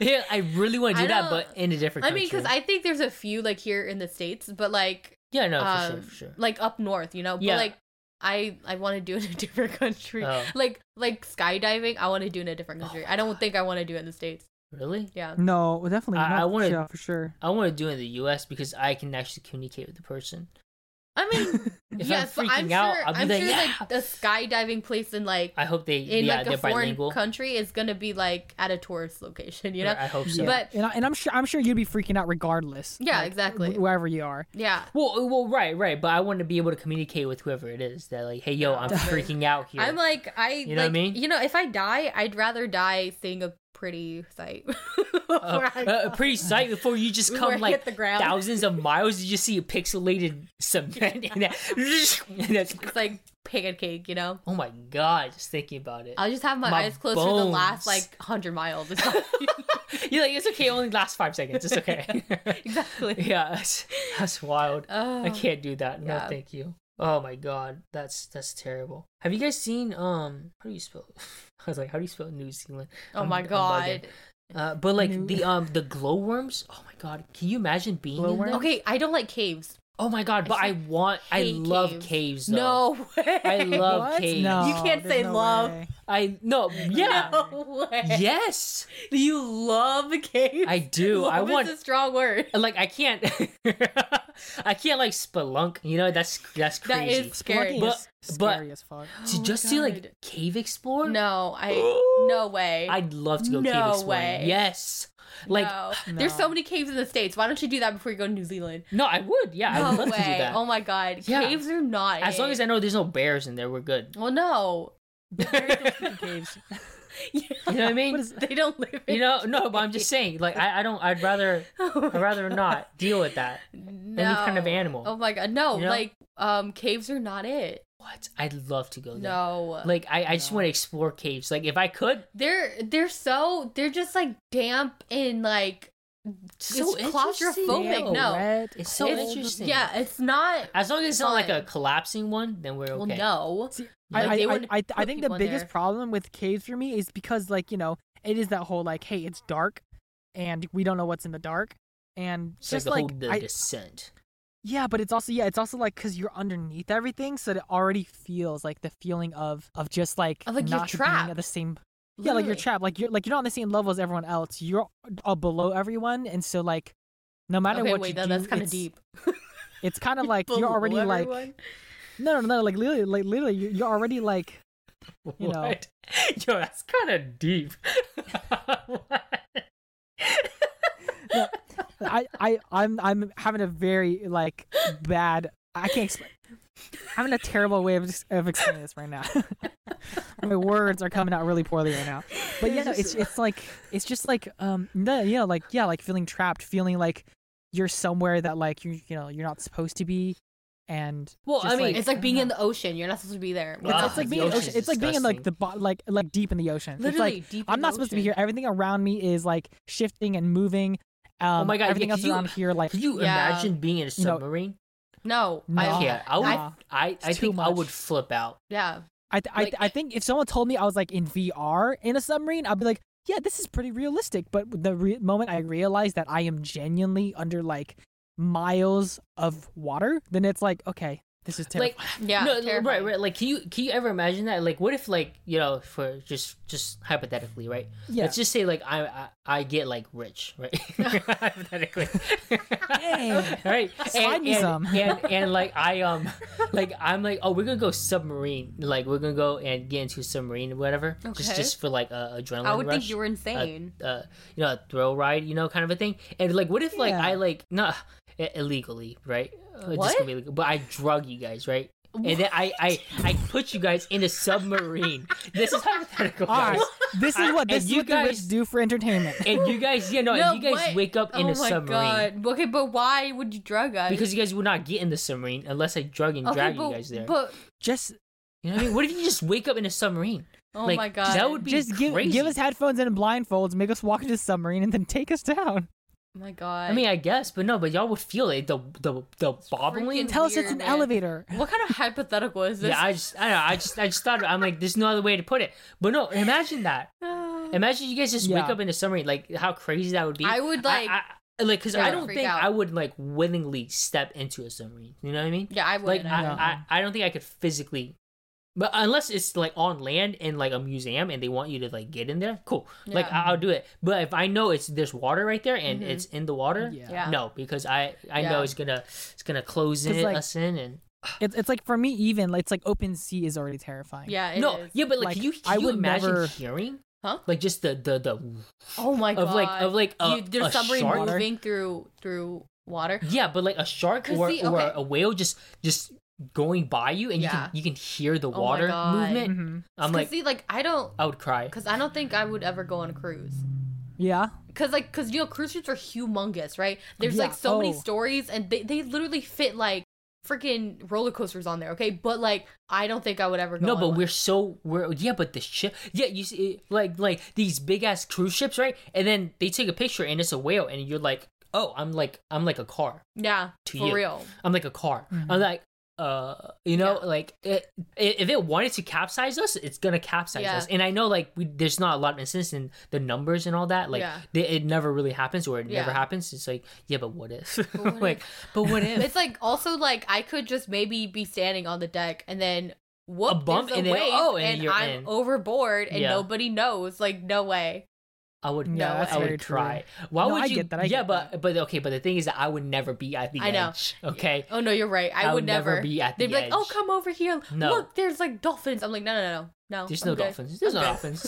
yeah i really want to
I
do that
don't-
but in a different
I
country
mean, because I think there's a few like here in the states, but like
yeah no for
um,
sure for sure
like up north, you know.
Yeah.
But like I I want to do it in a different country.
oh
Like like skydiving, I want to do in a different
Oh
country.
my
I don't
God.
think I want to do it in the states.
really
Yeah.
No, well, definitely.
I-
not
I wanna-
yeah, for sure.
i want to do it in the us because i can actually communicate with the person
I mean,
if
yes,
i'm
but I'm
freaking
sure
out i'll be
I'm
like
sure
yeah
like a skydiving place in like
i hope they
in
yeah
like
they're
a foreign
bilingual
country is gonna be like at a tourist location, you know?
Or i hope so
Yeah.
But-
and, I, and I'm sure I'm sure you'd be freaking out regardless.
Yeah,
like,
exactly.
wh- wherever you are.
Yeah.
well, uh, well, right, right, but I want to be able to communicate with whoever it is. That like, hey, yo, I'm
Yeah.
freaking out here.
I'm like I
You know what I
like,
mean?
You know, if I die, I'd rather die seeing a pretty sight. before
Uh,
I
uh,
go-
pretty sight before you just
before I
come like
hit the ground.
thousands of miles, you just see a pixelated cement, and, that, and that's
It's like pancake, you know.
oh my god, just thinking about it.
I'll just have my,
My
eyes closed for the
bones.
last like hundred miles. It's
You're like, it's okay, it only lasts five seconds, it's okay.
exactly.
yeah, that's, that's wild.
Oh.
I can't do that. No,
Yeah.
thank you. Oh my god, that's that's terrible. Have you guys seen um? How do you spell? I was like, how do you spell New Zealand?
Oh
I'm-
my
I'm
god.
bugging. Uh, but like
New-
the um the glowworms. Oh my god, can you imagine being in
Glowworm?
them?
Okay, I don't like caves.
Oh my god, but I,
I
want. I
hate
love
caves.
caves. though.
No way.
I love
What?
caves.
No,
You can't
there's
say
no
love.
way.
I no. Yeah.
No way.
Yes,
You love caves.
I do. I
Love
want.
Is a strong word.
Like I can't. I can't like spelunk. You know that's that's
That
crazy.
is scary.
Spelunking
But-
is
but-
scary as fuck.
to
my
just to
God.
like cave explore.
No, I. No way.
I'd love to go
No
cave exploring.
way.
Yes. Like
no.
No.
There's so many caves in the states. Why don't you do that before you go to New Zealand?
no, I would. Yeah, I would
No
love to do
way.
that.
Oh my god.
Yeah.
Caves are not.
as long as I know there's no bears in there, we're good.
Well, no.
Freaking caves.
you
You know what I mean?
they don't live in.
you know, no, but I'm just saying, like, I, I don't, I'd rather,
Oh my
I'd rather
God.
not deal with that.
No.
kind of animal.
Oh my god. No,
You know?
like um caves are not it.
What? I'd love to go there.
No.
Like, I, I just
No.
want to explore caves. Like, if I could,
they're they're so they're just like damp and like
so
It's
interesting.
claustrophobic,
Yeah.
no.
Wet,
It's so
cold.
interesting.
yeah, it's not
As long as it's not like a
Fun.
collapsing one, then we're okay.
well no.
See,
Like,
I,
they
I,
wouldn't
I, I, I
put
think the
people in
biggest
there.
problem with caves for me is because, like, you know, it is that whole, like, hey, it's dark and we don't know what's in the dark. And
It's
just
like the whole the
like, I-
descent.
yeah, but it's also, yeah, it's also like because you're underneath everything. So it already feels like the feeling of, of just like,
Of, like, you're
not being at the
trapped.
same, yeah, like you're
Literally.
trapped. Like, you're, like, you're not on the same level as everyone else. You're uh, below everyone. And so, like, no matter
Okay,
what
wait,
you
no,
do,
that's kind of
it's-
deep.
It's kind of like you're already
Below
like
everyone.
no, no, no, like literally, like literally, you- you're already like You know.
What? Yo, that's kind of deep. What?
I, I, I'm, I'm having a very like bad. I can't explain. I'm in a terrible way of, ex- of explaining this right now. My words are coming out really poorly right now. But yeah, no, it's it's like it's just like um no, you know like yeah like feeling trapped, feeling like you're somewhere that like you you know you're not supposed to be, and
Well, I
just,
mean,
It's
I
like
don't
being
know.
in the ocean. You're not supposed to be there.
It's,
Ugh,
it's like
the
being in the
ocean's
ocean. It's like being in like the
disgusting.
bo- like like deep in the ocean. it's
literally
like
deep. in
I'm
the
not supposed to be here.
ocean.
Everything around me is like shifting and moving. Um,
Oh my God, yeah,
Everything else
you-
around here, like
Can you
Yeah.
imagine being in a
You know,
submarine?
No,
No.
I
Oh,
yeah, I would.
nah.
I, I
It's too
think I
much.
would flip out.
yeah.
I, th- I, th-
like-
I think if someone told me I was like in VR in a submarine, I'd be like, yeah, this is pretty realistic. But the re- moment I realize that I am genuinely under like miles of water, then it's like, okay, this is terrible.
Like,
Yeah,
no, right,
terrifying.
right. Like, can you can you ever imagine that? Like, what if like you know, for just just hypothetically, right?
yeah,
Let's just say like I I, I get like rich, right? hypothetically,
Dang.
right?
Slide
and,
me
and,
some.
and and like I um, like I'm like oh we're gonna go submarine, like we're gonna go and get into a submarine or whatever,
Okay.
just just for like uh, adrenaline.
I would
rush.
think you were insane.
uh, you know, a thrill ride, you know, kind of a thing. And like, what if like
Yeah.
I like nah i- illegally, right? Uh,
What?
gonna be illegal, but I drug you guys, right? And then I I I put you guys in a submarine. this is hypothetical,
All
guys.
right, this is what
And
this is
you
what the rich
guys-
do for entertainment.
And you guys, you know,
No,
and Uh, you guys
what?
wake up in
oh
a
my
submarine
god. Okay, but why would you drug us?
because you guys would not get in the submarine unless I drug and
okay,
drag
but,
you guys there.
But
Just
you know what I mean? What if you just wake up in a submarine?
oh
Like,
my god,
that would be
just give
crazy.
give us headphones and blindfolds, make us walk into the submarine, and then take us down.
Oh my god.
I mean, I guess, but no, but y'all would feel it. The the the bobbling.
freaking
Tell us it's
Weird,
an
man.
elevator.
what kind of hypothetical is this?
Yeah, I just, I don't know, I just, I just thought, I'm like, there's no other way to put it. But no, imagine that. Imagine you guys just wake
Yeah.
up in the submarine, like how crazy that would be.
I would, like-
I, I- like, cause
Yeah.
I don't
Freak
think
out.
I would like willingly step into a submarine. You know what I mean?
yeah, I would.
Like,
I,
I,
would.
I, I don't think I could physically. But unless it's like on land in like a museum and they want you to like get in there, cool. Like
Yeah.
I- I'll do it. But if I know it's there's water right there and
Mhm.
it's in the water,
Yeah.
Yeah.
no, because I I
Yeah.
know it's gonna it's gonna close
'Cause,
in
like-
us in and
It's it's like for me even like, it's like open sea is already terrifying.
yeah, it
no,
is.
yeah, but like,
Like,
can you
I
can you
would
imagine
never-
hearing?
Huh?
Like just the the the
Oh my god.
of like of like a,
you, there's
a
somebody
shark.
Water.
moving through through water.
Yeah, but like a shark
'Cause
or,
see,
or
okay.
a whale just just going by you and
Yeah. Oh
you can you can hear the
my
water
God.
movement.
hmm
I'm
'Cause
like
see, like I don't,
I would cry.
cause I don't think I would ever go on a cruise.
Yeah.
Cause like, cause you know, cruise ships are humongous, right? There's like
Yeah,
so many
oh.
stories, and they they literally fit like freaking roller coasters on there. Okay, but like, I don't think I would ever go.
No,
on
but
one.
we're so we're yeah, but the ship yeah, you see like like these big ass cruise ships, right? And then they take a picture and it's a whale and you're like, "Oh, I'm like I'm like a car.
yeah,
to
for
you.
real.
I'm like a car." I'm like uh you know
Mm-hmm. Yeah.
like it, i- if it wanted to capsize us it's gonna capsize
Yeah.
us and i know like we, there's not a lot of instances in the numbers and all that like
Yeah.
they, it never really happens or it never
Yeah.
happens it's like yeah but what if
But what
like but what if
It's like also like I could just maybe be standing on the deck and then whoop,
A bump
there's
and then,
wave
oh, and you're
I'm
in.
overboard and
Yeah.
nobody knows. Like no way.
i would
Yeah,
no
that's
i
very
would
true.
try why
No,
would
I
you
get that, I
yeah
get
but but okay but the thing is that i would never be at the
I know.
edge okay
Oh no, you're right. I, would never.
be at the
They'd be like,
edge.
oh come over here.
No.
Look, there's like dolphins. I'm like no no no no. no.
there's
I'm
no
good.
dolphins there's no
I'm
dolphins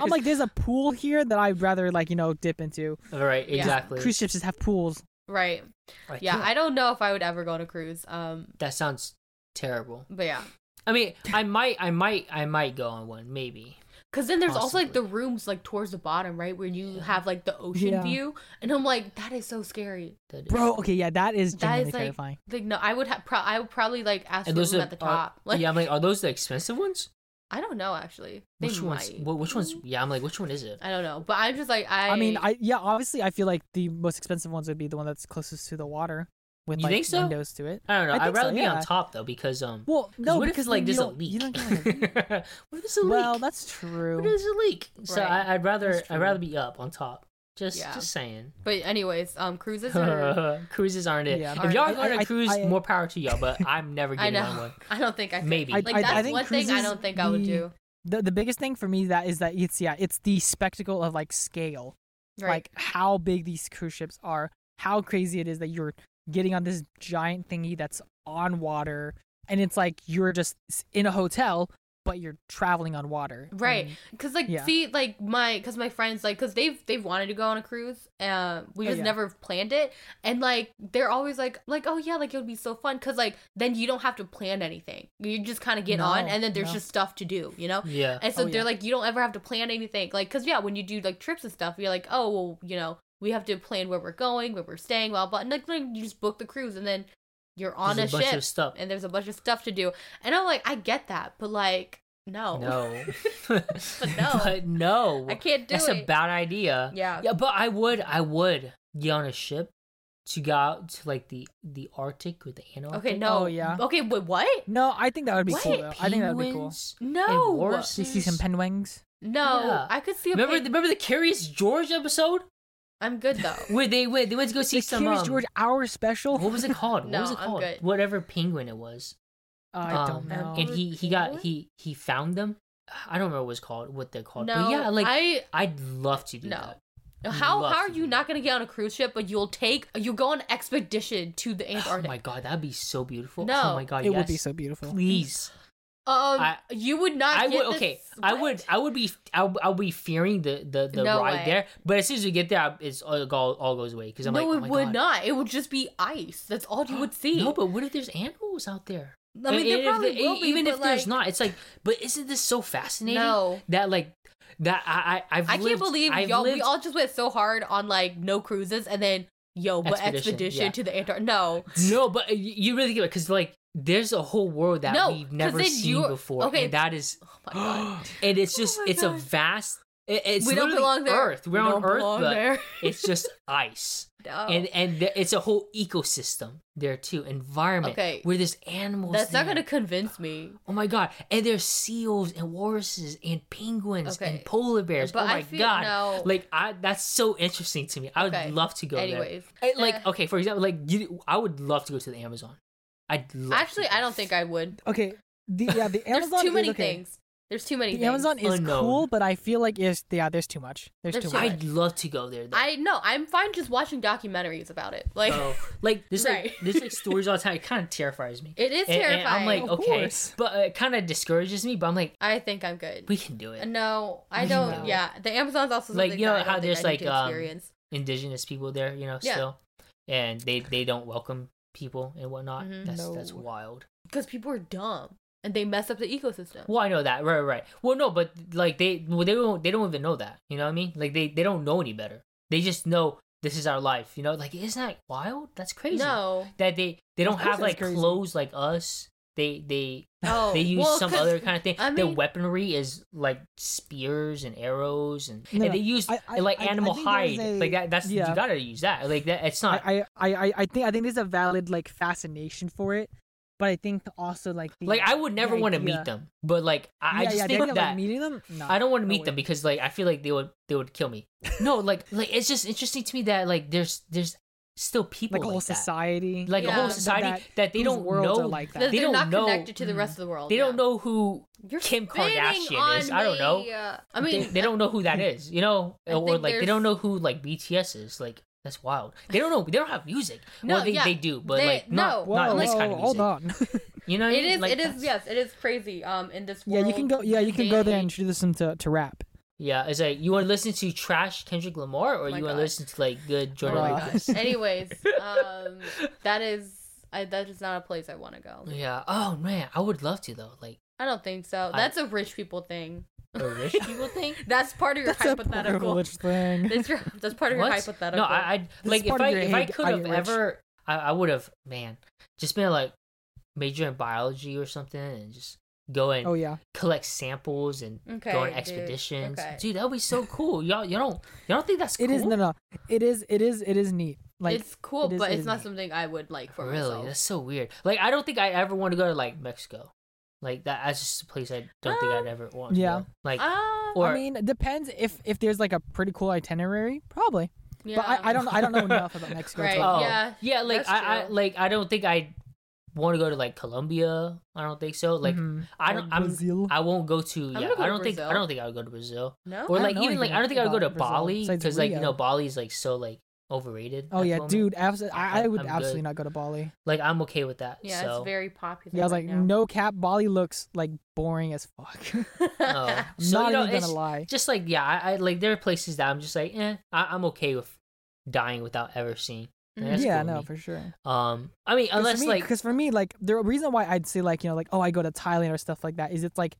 I'm like, there's a pool here that I'd rather like you know dip into.
all right
Yeah.
exactly
Cruise ships just have pools.
Right.
I
Yeah.
can't-
I don't know if I would ever go on a cruise. Um.
that sounds terrible
But yeah.
i mean i might i might i might go on one maybe
Cause then there's also like the
Possibly.
rooms like towards the bottom, right, where you have like the ocean
Yeah.
view, and I'm like, that is so scary.
That is-
Bro, okay, yeah, that is
That
genuinely
is, like,
terrifying.
Like, no, I would have. Pro- I would probably like ask
And
for a
those
room
are-
at the
are-
top. Like,
yeah, I'm like, are those the expensive ones?
I don't know actually. They
Which ones?
might.
Well, which ones? Yeah, I'm like, which one is it?
I don't know, but I'm just like I.
I mean, I yeah, obviously, I feel like the most expensive ones would be the one that's closest to the water with
You
like
think so?
windows to it.
I don't know.
I
I would
think so,
rather be
yeah.
on top though, because um, 'cause
Well, no,
what
because
if like
then you
there's a
don't-
leak?
you don't
what
get like a-
if there's a
well,
leak?
that's
what
true.
if there's a leak? So
Right.
I, I'd rather
That's
I'd rather be up on top. Just
Yeah.
just saying.
but anyways, um, cruises are.
cruises aren't it.
Yeah.
if y'all are
Aren't-
going
I-
to
I-
cruise,
I-
more power to y'all. But I'm never
I
getting on
know.
one.
I don't think I. Could.
Maybe.
Like
I-
that's
I think
one thing I
cruises,
don't think I would
the-
do.
The the biggest thing for me that is that it's yeah, it's the spectacle of like scale,
Right.
like how big these cruise ships are, how crazy it is that you're getting on this giant thingy that's on water, and it's like you're just s- in a hotel, but you're traveling on water.
Right.
And-
Cause like
Yeah.
see like my cause my friends like cause they've they've wanted to go on a cruise uh we
Oh,
just
yeah.
never planned it and like they're always like like oh yeah like it would be so fun cause like then you don't have to plan anything you just kind of get on
No,
and then there's
no.
just stuff to do you know
Yeah.
and so
Oh,
they're
yeah.
like you don't ever have to plan anything like cause yeah when you do like trips and stuff you're like oh well you know we have to plan where we're going where we're staying blah blah and like, like you just book the cruise and then you're on
There's
a,
bunch
ship
of stuff.
and there's a bunch of stuff to do and I'm like I get that but like no
No. but
no.
But no.
I can't do
That's
it
a bad idea.
yeah
Yeah, but I would, I would get on a ship to go out to like the the Arctic or the Antarctic.
Okay, no.
Oh, yeah.
Okay, wait, what?
No, I think that would be cool.
What?
Though. I think that would be cool.
Penguins and
No.
walruses.
You see some penguins.
No,
Yeah.
I could see a
Remember,
pig.
the, remember the Curious George episode
I'm good though.
where they went, they went to go see
The
some.
Curious
um,
George Hour Special.
What was it called?
No,
what was it
I'm
called?
good.
Whatever penguin it was.
I don't
Um,
know.
And he he got
Penguin?
he he found them. I don't remember what it was called, what they're called.
no.
but yeah, like I,
I
would love to do
No.
that. Oh
how
love
how are
to
you
do
not gonna get on a cruise ship, but you'll take you go on expedition to the
Oh
Antarctic?
my god, that'd be so beautiful.
No.
oh my god,
it
yes.
would be so beautiful.
Please.
um,
I-
you would not.
I
get
would
this-
okay. I would.
what?
I would be. I would, I would be fearing the the, the
No
ride
way.
there. But as soon as we get there, I- it's all, all, all goes away because I'm
no,
like, oh
it
my
would
God.
not. It would just be ice. That's all you would see.
No, but what if there's animals out there?
I mean,
And-
there
and if
probably
the- e,
will be,
even
but,
if
like,
there's not, it's like. But isn't this so fascinating?
No.
That like, that I I I've
I can't
lived-
believe
I've
y'all.
lived-
We all just went so hard on like no cruises, and then yo, but expedition,
Expedition, yeah.
to the Antarctic. No,
No, but y- you really get it because like there's a whole world that
No,
we've
'cause
never
then
seen
you're-
before.
okay.
and that is,
oh my god. Oh
and it's just
my
it's a
God.
vast. It, it's
we don't
literally
belong there.
Earth. We're
We
on
don't
Earth,
belong
but
there. Oh.
it's just ice.
No.
and and there, it's a whole ecosystem there too, environment
Okay.
where there's animals.
That's not
there.
gonna convince me.
Oh my god! And there's seals and walruses and penguins
Okay.
and polar bears.
But
oh
I
my
feel-
god!
no.
Like I, that's so interesting to me. I would
Okay.
love to go
Anyways,
there. I-
Eh.
Like oh, okay, for example, like you, I would love to go to the Amazon. I'd love
actually, I don't think I would.
Okay. The, yeah, the
There's
Amazon.
too
is,
many
okay.
things. There's too many.
The
things.
Amazon is
Unknown.
cool, but I feel like it's yeah. There's too much. There's,
There's
too
too
much.
much.
I'd love to go there. Though.
I no, I'm fine just watching documentaries about it. Like
So, like this,
Right.
like this, like stories all the time. It kind of terrifies me.
it is
And-
terrifying.
And I'm like,
Of
okay,
course.
but uh, it kind of discourages me. But I'm like,
I think I'm good.
we can do it.
no, I
We
don't.
know.
Yeah, the Amazon's also
Like,
something
you know
that I don't
how
think
there's,
I need to
like, um,
experience.
indigenous people there, you know,
Yeah.
still, and they they don't welcome people and whatnot.
Mhm.
That's that's
No.
wild.
because people are dumb and they mess up the ecosystem.
Well, I know that, right, right. Well, no, but like they well, they don't they don't even know that. You know what I mean? Like they they don't know any better. They just know this is our life. You know, like isn't that wild? That's crazy.
No.
that they they don't
course
have
it's
like
crazy.
clothes like us. They they
Oh,
they use
well,
some
'cause-
other kind of thing.
I
Their
mean-
weaponry is like spears and arrows, and,
No,
and
no,
they use
I- I-
like
I- I
animal
think there
hide.
is a-
like that, that's
yeah.
you gotta use that. Like that, it's not.
I, I, I, I think I think there's a valid like fascination for it, but But I think also like the,
Like I would never want to meet them, but like I, I
Yeah,
just
yeah, the
think
idea of, like,
that
meeting them. No,
I don't want to
no
meet
way.
them because like I feel like they would they would kill me. No, like like it's just interesting to me that like there's there's still people
like
like,
a whole
that.
society.
like a
Yeah.
whole
That-
society that,
that-
they
whose
don't
worlds are
know
like
They're,
that.
They
they're
don't
not
know-
connected to the rest of the world.
They
yeah.
don't know who
You're
Kim
spitting
Kardashian
on
is. I don't know.
me. Uh, I mean,
they, they don't know who that is, you know,
I
or
think
like they
there's-
don't know who like BTS is. Like that's wild. They don't know. They don't have music.
No,
well, they,
yeah.
they do, but
They-
like not,
no.
Whoa,
not
whoa,
this kind of music.
hold on.
You know, what I
It
mean?
is.
Like,
it is.
that's-
Yes, it is crazy. Um, in this
yeah,
world.
you can go. Yeah, you can
day
go there and
age.
introduce them to to rap.
Yeah, it's like you want to listen to trash Kendrick Lamar, or
Oh my
you
God.
want
Oh
to listen to like good Jordan
Bruh.
Lucas.
Anyways, um, that is I, that is not a place I want to go.
Yeah. Oh man, I would love to though. Like
I don't think so.
I-
That's a rich people thing.
a rich people thing.
That's part of your
That's a
hypothetical.
privilege thing.
That's, your, that's part of your
What?
hypothetical.
No, I I'd,
This
like
is
if
part of
I
your
if I
age,
could
I
have
get rich.
ever, I, I would have man, just been like major in biology or something, and just go and
Oh yeah,
collect samples and
okay,
go on
dude.
expeditions. Dude,
Okay.
that would be so cool. Y'all, you don't, you don't think that's
it
cool?
is. No, no, it is. It is. It is neat. Like
it's cool,
it is-
but
it
it's
is
not
neat.
something I would like for
really,
myself.
that's so weird. Like, I don't think I ever want to go to like Mexico. Like that, that's just a place I don't think I'd ever want.
Um, yeah.
to go. like
Ah,
or
I mean, it depends if if there's like a pretty cool itinerary, probably.
yeah.
But I, I don't. I don't know enough about Mexico.
Right.
To
oh,
yeah.
like,
yeah, like
that's
I, I,
true.
like I don't think I want to go to like Colombia. I don't think so. Like
Mhm.
I
Or
don't, I'm,
Brazil.
I won't go to.
gonna
Yeah,
go
I
to
don't think, I
Brazil.
don't think I would go to Brazil.
No.
Or
don't
like
know
even like
anything
I don't think I would go to
about Brazil
Bali
besides
because like you
Rio.
know Bali's like so like overrated.
Oh
at the
yeah,
moment.
dude, absolutely.
I-
I, I would
I'm good.
absolutely not go to Bali.
Like I'm okay with that.
yeah,
so.
it's very popular.
Yeah, I was
right
like,
now.
no cap, Bali looks like boring as fuck. I'm
Oh. So,
not
you know,
even
it's
gonna lie.
Just like yeah, I, I like there are places that I'm just like, eh, I, I'm okay with dying without ever seeing. And that's
Yeah,
cool with
no,
me.
for sure.
Um, I mean, unless like
because for me like the reason why i'd say like you know like oh i go to thailand or stuff like that is it's like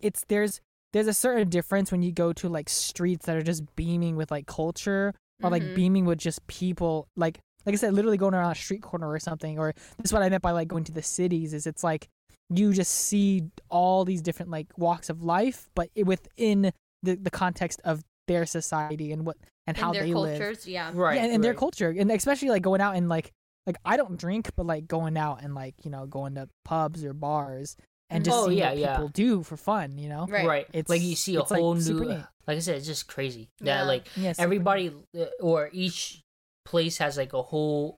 it's there's there's a certain difference when you go to like streets that are just beaming with like culture or like
Mhm.
beaming with just people like like i said literally going around a street corner or something or this is what i meant by like going to the cities is it's like you just see all these different like walks of life but it, within the, the context of their society and what and
And
how
their
they live
cultures, yeah.
right
yeah, and, and their
right.
culture, and especially like going out and like like I don't drink, but like going out and like you know going to pubs or bars and just
Mhm. Oh,
seeing
yeah,
what
yeah.
people do for fun, you know?
Right.
right.
It's-
like you see a
it's, like,
whole new,
super neat.
like I said, it's just crazy that
Yeah.
like
Yes.
everybody uh, or each place has like a whole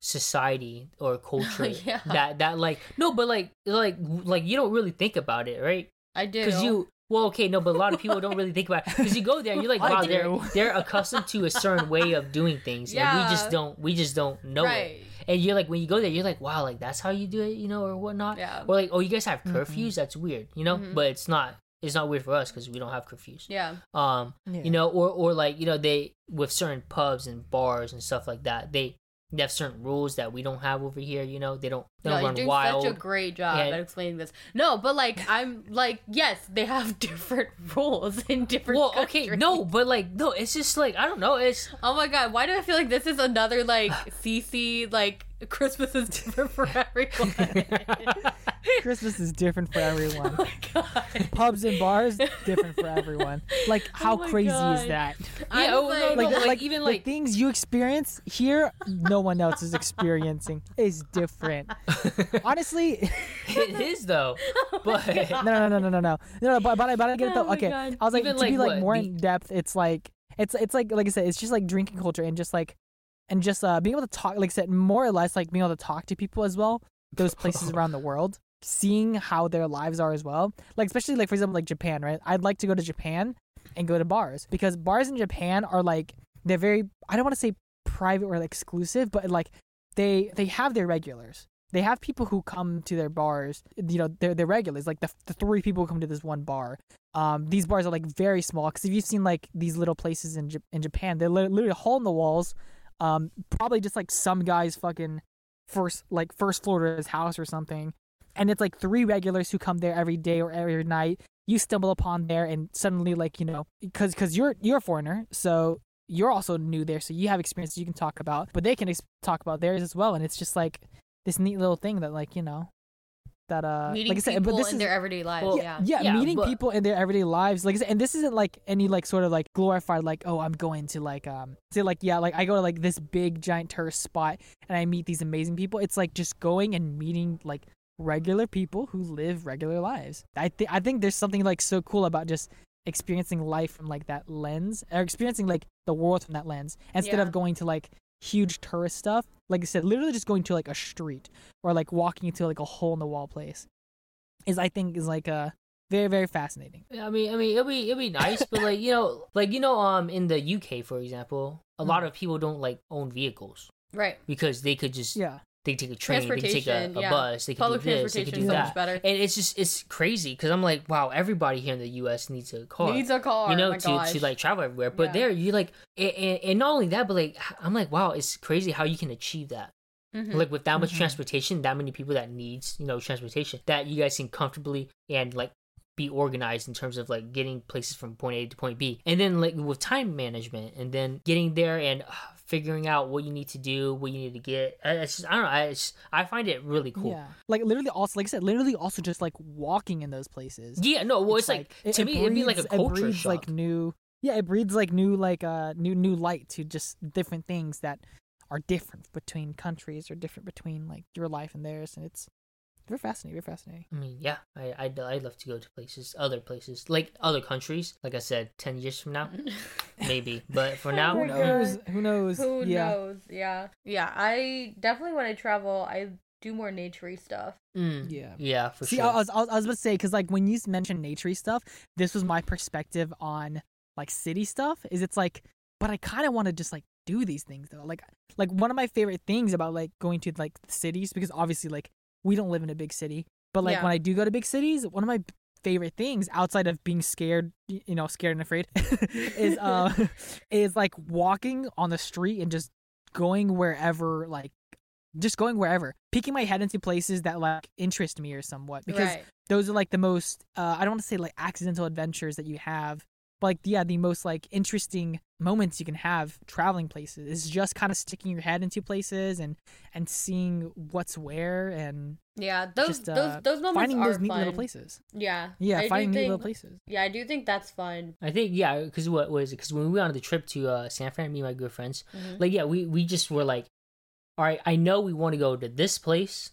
society or culture
Yeah.
that that like no, but like like like you don't really think about it, right?
I do.
because you well okay no but a lot of people don't really think about it because you go there and you're like
I
wow
do.
they're they're accustomed to a certain way of doing things and we
Yeah.
just don't we just don't know it
right.
and you're like when you go there you're like wow like that's how you do it you know or whatnot
Yeah. Mm-hmm.
or like oh you guys have
Mhm.
curfews that's weird you know
Mhm.
but it's not it's not weird for us because we don't have curfews
Yeah.
um
Yeah.
you know or or like you know they with certain pubs and bars and stuff like that they they have certain rules that we don't have over here you know they don't they
No,
don't
you're
run
doing
wild
such a great job
Yeah.
at explaining this. No, but like I'm like yes, they have different rules in different.
well okay
countries.
no but like no it's just like i don't know it's
Oh my god, why do I feel like this is another like CC like Christmas is different for everyone?
Christmas is different for everyone.
oh my god.
Pubs and bars different for everyone. Like
Oh
how
my
crazy is
God.
that?
I
Yeah,
was
oh, no,
like,
no, but,
Like, the-
like,
like
even,
the
like-
things you experience here, no one else is experiencing is different. Honestly,
it is though but
no, no, no, no, no, no, no, no. But, but I, but I get it
Oh
though.
my
okay,
God.
I was like
Even,
to
like,
be like
what,
more
the-
in depth. It's like it's it's like like I said, it's just like drinking culture and just like and just uh being able to talk. Like I said, more or less like being able to talk to people as well. Those places around the world, seeing how their lives are as well. Like especially like for example like Japan, right? I'd like to go to Japan and go to bars because bars in Japan are like they're very I don't want to say private or like, exclusive, but like they they have their regulars. They have people who come to their bars. You know, they're, they're regulars. Like the, the three people who come to this one bar. Um, these bars are like very small because if you've seen like these little places in J- in Japan, they're lit- literally a hole in the walls. Um, probably just like some guy's fucking first like first floor to his house or something. And it's like three regulars who come there every day or every night. You stumble upon there and suddenly like you know because because you're you're a foreigner, so you're also new there, so you have experiences you can talk about, but they can ex- talk about theirs as well. And it's just like this neat little thing that, like, you know, that uh
meeting
like I said,
people
but this
in
is
their everyday lives.
Well,
yeah.
yeah,
Yeah,
meeting
but-
people in their everyday lives like I said, and this isn't like any like sort of like glorified like oh i'm going to like um say like yeah like i go to like this big giant tourist spot and i meet these amazing people it's like just going and meeting like regular people who live regular lives i think i think there's something like so cool about just experiencing life from like that lens or experiencing like the world from that lens instead
Yeah.
of going to like huge tourist stuff like i said literally just going to like a street or like walking into like a hole in the wall place is i think is like uh very very fascinating
Yeah, I mean, I mean, it'll be it'll be nice, but like you know, like you know, um, in the UK, for example, a
Mm-hmm.
lot of people don't like own vehicles
Right.
because they could just
yeah
they take a train, they could take a,
Transportation,
a
yeah.
bus, they could
Public
do this, they
transportation
could do
is so
that,
much better.
and it's just it's crazy because I'm like, wow, everybody here in the U.S. needs a car.
Needs a car. oh
you know,
my
to,
gosh.
to like travel everywhere. But
Yeah.
there, you like, and, and, and not only that, but like, I'm like, wow, it's crazy how you can achieve that.
Mhm.
Like with that much
Mhm.
transportation, that many people that needs, you know, transportation that you guys can comfortably and like be organized in terms of like getting places from point A to point B, and then like with time management, and then getting there and uh, figuring out what you need to do, what you need to get. I, it's just, I don't know. I, it's, I find it really cool.
yeah like literally also like i said literally also just like walking in those places
Yeah, no, well, it's, like,
it-
to
it
me, it'd be like a
breeds- it
culture
breeds,
shock.
like new yeah it breeds like new like uh new new light to just different things that are different between countries or different between like your life and theirs and it's very fascinating very fascinating
I mean, yeah, I I'd, I'd love to go to places, other places, like other countries. Like I said, ten years from now, maybe. But for now,
Oh
who
my God.
knows who knows
Who
yeah
knows? Yeah. Yeah. I definitely when I travel, I do more naturey stuff.
mm,
yeah
yeah, for
See,
sure.
I, I was, I was I was about to say because like when you s- mentioned naturey stuff, this was my perspective on like city stuff. Is it's like, but I kind of want to just like do these things though. Like like one of my favorite things about like going to like cities because obviously like we don't live in a big city, but like
Yeah.
when I do go to big cities, one of my favorite things outside of being scared, y- you know, scared and afraid, is uh, is like walking on the street and just going wherever like just going wherever peeking my head into places that like interest me or somewhat because
right.
those are like the most uh, i don't want to say like accidental adventures that you have but like yeah the most like interesting moments you can have traveling places is just kind of sticking your head into places and and seeing what's where and
Yeah. Those
just, uh,
those those moments
finding
are
those neat
fun.
little places
Yeah.
yeah
I do
finding neat
think,
little places
Yeah, I do think that's fun.
I think yeah, because what was it? Because when we went on the trip to uh, San Fran, me and my good friends,
Mhm.
like yeah, we we just were like, all right, I know we want to go to this place,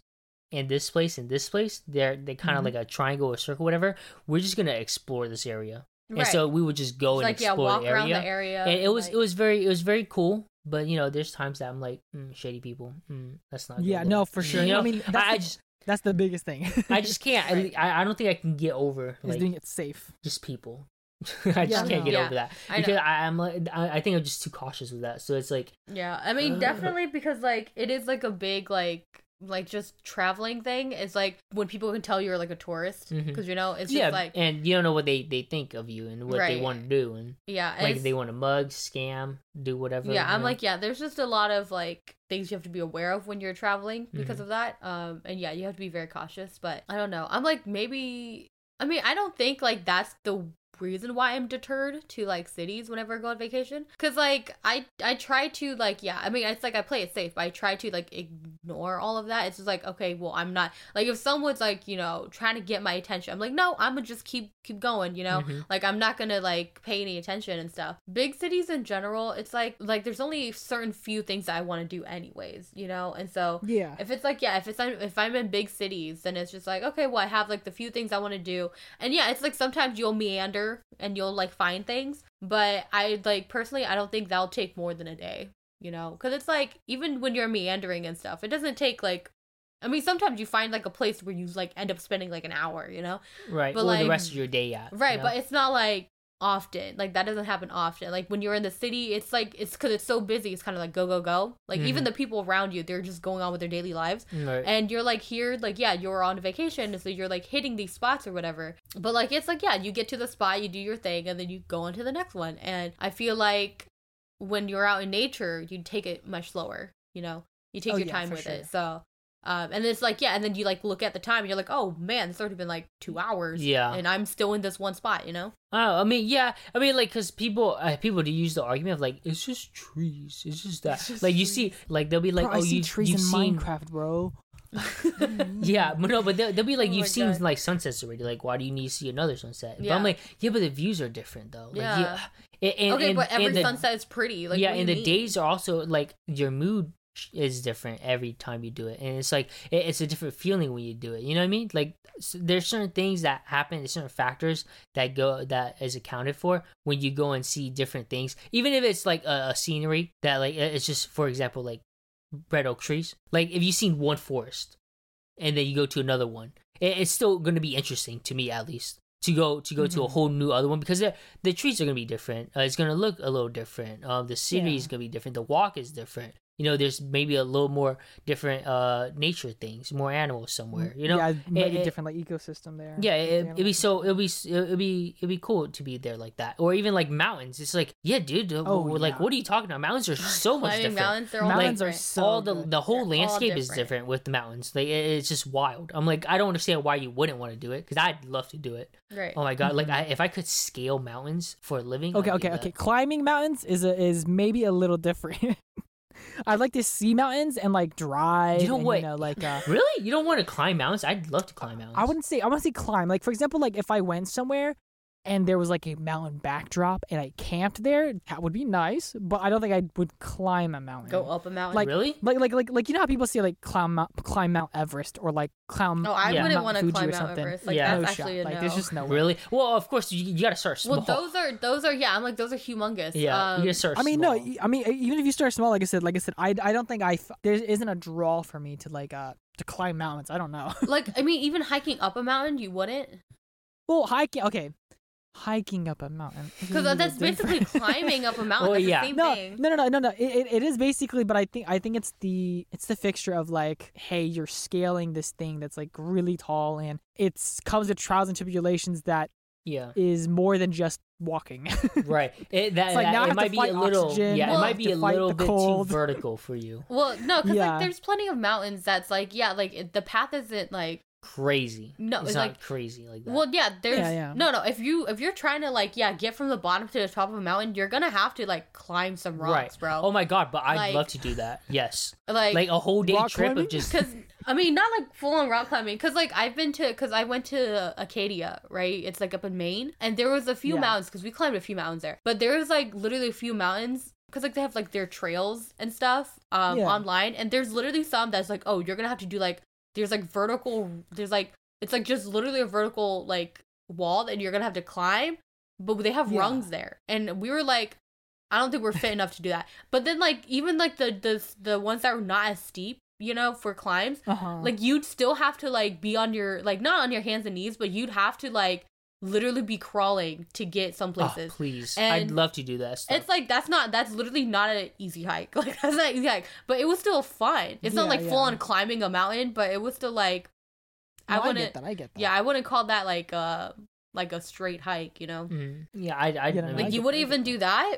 and this place, and this place. They're they kind of
Mhm.
like a triangle or circle, whatever. We're just gonna explore this area,
Right.
and so we would just go
Just,
and
like yeah,
explore
walk
the
around
area.
the area.
and it
and,
was
like-
it was very it was very cool but you know there's times that i'm like mm, shady people mm, that's not good
Yeah,
look."
no, for sure.
you know?
I mean, that's
I, I
the-
just
that's the biggest thing
i just can't
Right.
I, I don't think i can get over
is
like
doing it safe
just people i just
Yeah.
can't get
Yeah,
over that
I know.
because I, i'm like I, I think i'm just too cautious with that so it's like
Yeah, I mean definitely because like it is like a big like like just traveling thing. It's like when people can tell you're like a tourist because
Mhm.
you know it's
yeah
just like
and you don't know what they they think of you and what they
Right.
want to do and
yeah, and
like
it's-
if they want to mug scam do whatever
yeah.
you
I'm
know?
like yeah. There's just a lot of like things you have to be aware of when you're traveling because of
Mhm.
that. Um, and yeah, you have to be very cautious. But I don't know. I'm like maybe. I mean, I don't think like that's the reason why I'm deterred to like cities whenever I go on vacation. Cause like I I try to like yeah, I mean it's like I play it safe, but I try to like ignore all of that. It's just like, okay, well I'm not like if someone's like, you know, trying to get my attention, I'm like, no, I'ma just keep keep going, you know?
Mhm.
Like I'm not gonna like pay any attention and stuff. Big cities in general, it's like like there's only certain few things that I wanna do anyways, you know? And so
yeah
if it's like yeah, if it's if I'm in big cities, then it's just like okay, well I have like the few things I want to do, and yeah, it's like sometimes you'll meander and you'll like find things, but I like personally I don't think that'll take more than a day, you know, because it's like even when you're meandering and stuff, it doesn't take like, I mean sometimes you find like a place where you like end up spending like an hour, you know,
right
but,
or the
like-
rest of your day at you
Right,
know?
but it's not like often. Like that doesn't happen often. Like when you're in the city, it's like it's because it's so busy. It's kind of like go go go. Like
Mm-hmm.
even the people around you, they're just going on with their daily lives,
Right.
and you're like here, like yeah, you're on vacation, and so you're like hitting these spots or whatever. But like it's like yeah, you get to the spot, you do your thing, and then you go on to the next one. And I feel like when you're out in nature, you take it much slower. You know, you take
Oh,
your
yeah,
time
for
with it.
sure.
So. Um, and it's like yeah, and then you like look at the time, and you're like, oh man, it's already been like two hours
yeah
and I'm still in this one spot, you know?
Oh, I mean, yeah, I mean, like, cause people, uh, people do use the argument of like, it's just trees, it's just that.
It's just
like, you
trees.
see, like, they'll be like,
Bro,
oh,
I see
you
trees
you've
in
seen,
minecraft bro
Yeah, but no, but they'll, they'll be like,
Oh my
you've seen
God.
like sunsets already. Like, why do you need to see another sunset? But
Yeah.
I'm like, yeah, but the views are different though. Like,
Yeah.
And, and-
okay,
and-
but every
and the-
sunset is pretty. Like
yeah,
what do
and
you
the
mean?
days are also like your mood is different every time you do it, and it's like it, it's a different feeling when you do it. You know what I mean? Like s there's certain things that happen, there's certain factors that go that is accounted for when you go and see different things, even if it's like a, a scenery that like it- it's just for example like red oak trees. Like if you've seen one forest, and then you go to another one, it, it's still going to be interesting to me at least to go to go to a
Mm-hmm.
Mhm.
whole new other one because the the trees are going to be different. Uh, it's going to look a little different. Um, the city is
Yeah.
going to be different. The walk is different. You know, there's maybe a little more different uh nature things, more animals somewhere. You know,
Mm, yeah, maybe
it-
different like ecosystem there.
yeah,
with
it,
the
it'd be
animals.
so it'd be s- it'd be it'd be cool to be there like that, or even like mountains. It's like, yeah, dude, uh,
Oh,
w- like
yeah.
what are you talking about? Mountains are so much
climbing
different.
mountains. They're all
mountains are
different.
so
all the
good.
the
They're
whole
all
landscape is
different.
different with the mountains. Like it, it's just wild. I'm like, I don't understand why you wouldn't want to do it because I'd love to do it.
right.
Oh my god! Like I, if I could scale mountains for a living.
Mm-hmm. Okay,
I'd do
okay,
that.
okay. Climbing mountains is a, is maybe a little different. I'd like to see mountains and like drive.
know
and,
what?
You know, like uh,
Really? You don't want to climb mountains? I'd love to climb mountains.
I wouldn't say I want to say climb. Like for example, like if I went somewhere and there was like a mountain backdrop and I camped there, that would be nice. But I don't think I would climb a mountain.
Go up a mountain.
like-
really?
Like like like like you know how people say like climb Mount, climb Mount Everest or like climb.
oh, I
yeah.
wouldn't
Mount
want to
Fuji or
climb Mount
something.
Everest. Like
Yeah.
that's
no
actually
shot.
a no.
Like there's just no way.
Really? Well, of course you, you gotta start small.
well, those are those are yeah. I'm like those are humongous.
yeah,
Um,
you gotta start.
I mean,
small.
no. e- I mean, e- even if you start small, like I said, like I said, I, I don't think I f- there isn't a draw for me to like uh to climb mountains. I don't know.
like I mean, even hiking up a mountain, you wouldn't
Well, hiking. Okay, hiking up a mountain. is a
because
little
uh, that's basically
different.
climbing up a mountain.
Well,
that's
yeah.
the same
no,
thing.
no, no, no, no, no. It, it, it is basically, but I think I think it's the it's the fixture of like, hey, you're scaling this thing that's like really tall, and it's comes with trials and tribulations that
Yeah,
is more than just walking.
right. It, that,
It's like,
that-
now I
it
have to
might be a
fight
little.
oxygen,
yeah,
now
it
I
might
have
be
to
a
fight
little
the
bit
cold.
too vertical for you.
Well, no, because
Yeah.
like there's plenty of mountains that's like yeah, like it, the path isn't like
Crazy.
No,
it's,
it's
not
like-
crazy like that.
well yeah. There's
Yeah, yeah.
no no if you if you're trying to like yeah get from the bottom to the top of a mountain, you're gonna have to like climb some rocks,
right, Oh
bro.
my god! But I'd
Like-
love to do that. Yes,
like
like a whole day
rock
trip
climbing?
of just.
Because I mean, not like full on rock climbing. Because like I've been to, because I went to Acadia, right? It's like up in Maine, and there was a few
Yeah.
mountains because we climbed a few mountains there. But there was like literally a few mountains because like they have like their trails and stuff um,
Yeah.
online, and there's literally some that's like, oh, you're gonna have to do like there's like vertical, there's like it's like just literally a vertical like wall that you're gonna have to climb, but they have
Yeah.
rungs there, and we were like. I don't think we're fit enough to do that. But then, like even like the the the ones that were not as steep, you know, for climbs,
uh-huh.
like you'd still have to like be on your like not on your hands and knees, but you'd have to like literally be crawling to get some
Oh,
places.
please, I'd
And
love to do that. Stuff.
It's like that's not that's literally not an easy hike. Like that's not an easy hike, but it was still fun. It's not
Yeah,
like
yeah.
full on climbing a mountain, but it was still like
No,
I
I,
wouldn't.
get that. I get that.
yeah, I wouldn't call that like uh like a straight hike. You know,
Mhm. yeah, I, I,
Yeah, no, no,
like
I
you
get-
wouldn't
I get
even do that.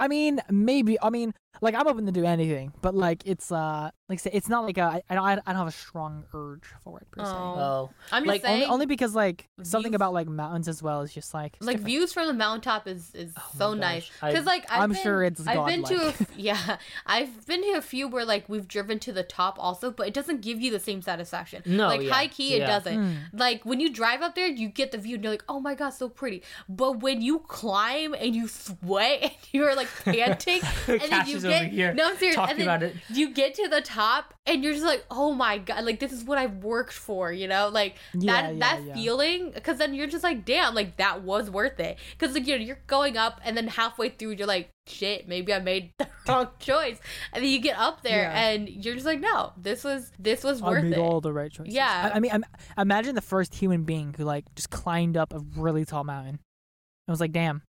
I mean, maybe. I mean, like I'm open to do anything, but like it's uh, like I said, it's not like a, I, I don't I don't have a strong urge for it per se.
Oh.
oh,
I'm just
Like,
saying.
Only, only because like something
views-
about like mountains as well is just like it's
like
different.
views from the mountaintop is is
Oh my
so
gosh.
nice
I-
because like I've
I'm
been-
sure it's
I've been to a,
godlike.
f- yeah I've been to a few where like we've driven to the top also but it doesn't give you the same satisfaction
No,
like
yeah,
high key it
yeah. Hmm.
doesn't
Mm.
like when you drive up there you get the view and you're like oh my god so pretty but when you climb and you sweat and you're like panting and then
Cash
you
is
get
over here
no I'm serious
talking
and then
about it.
you get to the top and you're just like oh my god like this is what I've worked for you know like
Yeah,
that
yeah,
that
yeah.
feeling because then you're just like damn like that was worth it because like you know you're going up and then halfway through you're like shit maybe i made the wrong choice and then you get up there
Yeah.
and you're just like no this was this was
I
worth
made
it
all the right choices.
Yeah.
I, I mean, I'm, imagine the first human being who like just climbed up a really tall mountain. I was like, damn,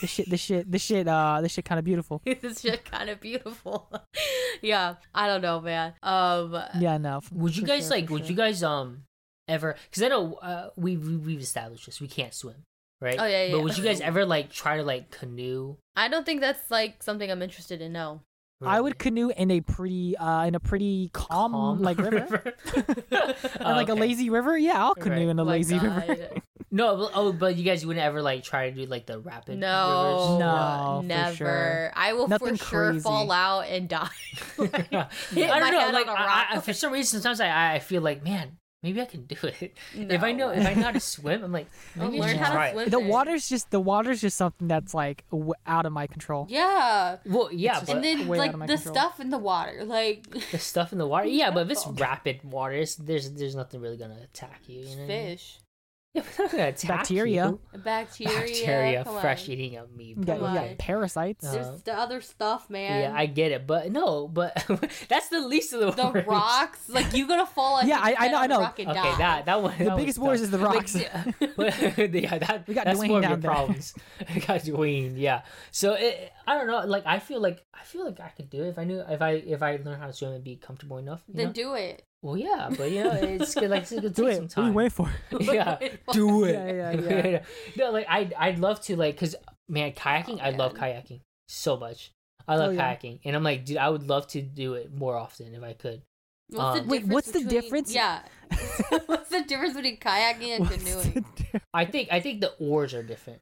this shit, this shit, this shit, uh, this shit kind of beautiful.
this shit kind of beautiful yeah i don't know man um
Yeah, no. f-
Would you
for
guys
sure,
like?
for
Would
sure.
you guys um ever? Because I know uh, we, we we've established this. We can't swim, right?
Oh, yeah, yeah,
But
yeah.
would you guys ever like try to like canoe?
i don't think that's like something i'm interested in no
I would canoe in a pretty, uh, in a pretty calm, like river,
and
and like a lazy river. Yeah, I'll canoe
Right.
in a
Oh My
lazy river.
God.
No, but- oh, but you guys wouldn't ever like try to do like the rapid.
No,
No, for
never.
sure.
I will
Nothing
for sure
crazy.
fall out and die. Like,
I
hit my
don't know.
head
Like
on a
I, I,
rock.
for some reason, sometimes I, I feel like man, maybe I can do it. If I know
no.
if I know how to swim, I'm like
I'll
maybe I
learn
should
how to
try it.
swim.
The
with it.
water's just the water's just something that's like w- out of my control.
yeah.
Well, yeah,
It's
but
and then
way out
like
of
the
my control.
stuff in the water, like
the stuff in the water. Yeah, but if it's
Careful.
rapid water, it's, there's there's nothing really gonna attack you. you know what I mean?
fish,
Yeah, but they're not gonna attack
Bacteria.
you.
bacteria,
Bacteria,
come
fresh
on.
eating of meat.
You got, you got
Why?
parasites.
Uh,
There's the other stuff, man.
Yeah, I get it, but no, but that's the least of the
the
worries.
rocks, like you gonna fall. on
Yeah,
your
I- I
head
know,
on
I
a
know.
rock and
Okay,
die.
that that one.
The
that
biggest
was
worries
tough.
is the
Like,
rocks.
yeah, that,
We got
that's one
Dwayne
of your
down there.
problems. I got Dwayne, yeah. So it, I don't know. Like I feel like I feel like I could do it if I knew if I if I learned how to swim and be comfortable enough. you
then
know?
do it.
well, yeah, but you know, it's good. Like it's gonna
Do
take
it.
some
What are you
time.
waiting for?
yeah, do it.
Yeah, yeah,
no, like I I'd love to like because man, kayaking. I love kayaking so much. I love
Oh, yeah.
kayaking, and I'm like, dude, I would love to do it more often if I could.
What's
Um,
the
Wait,
difference
what's the
between-
difference?
Yeah, what's the difference between kayaking and
What's
canoeing?
the di-
I think I think the oars are different.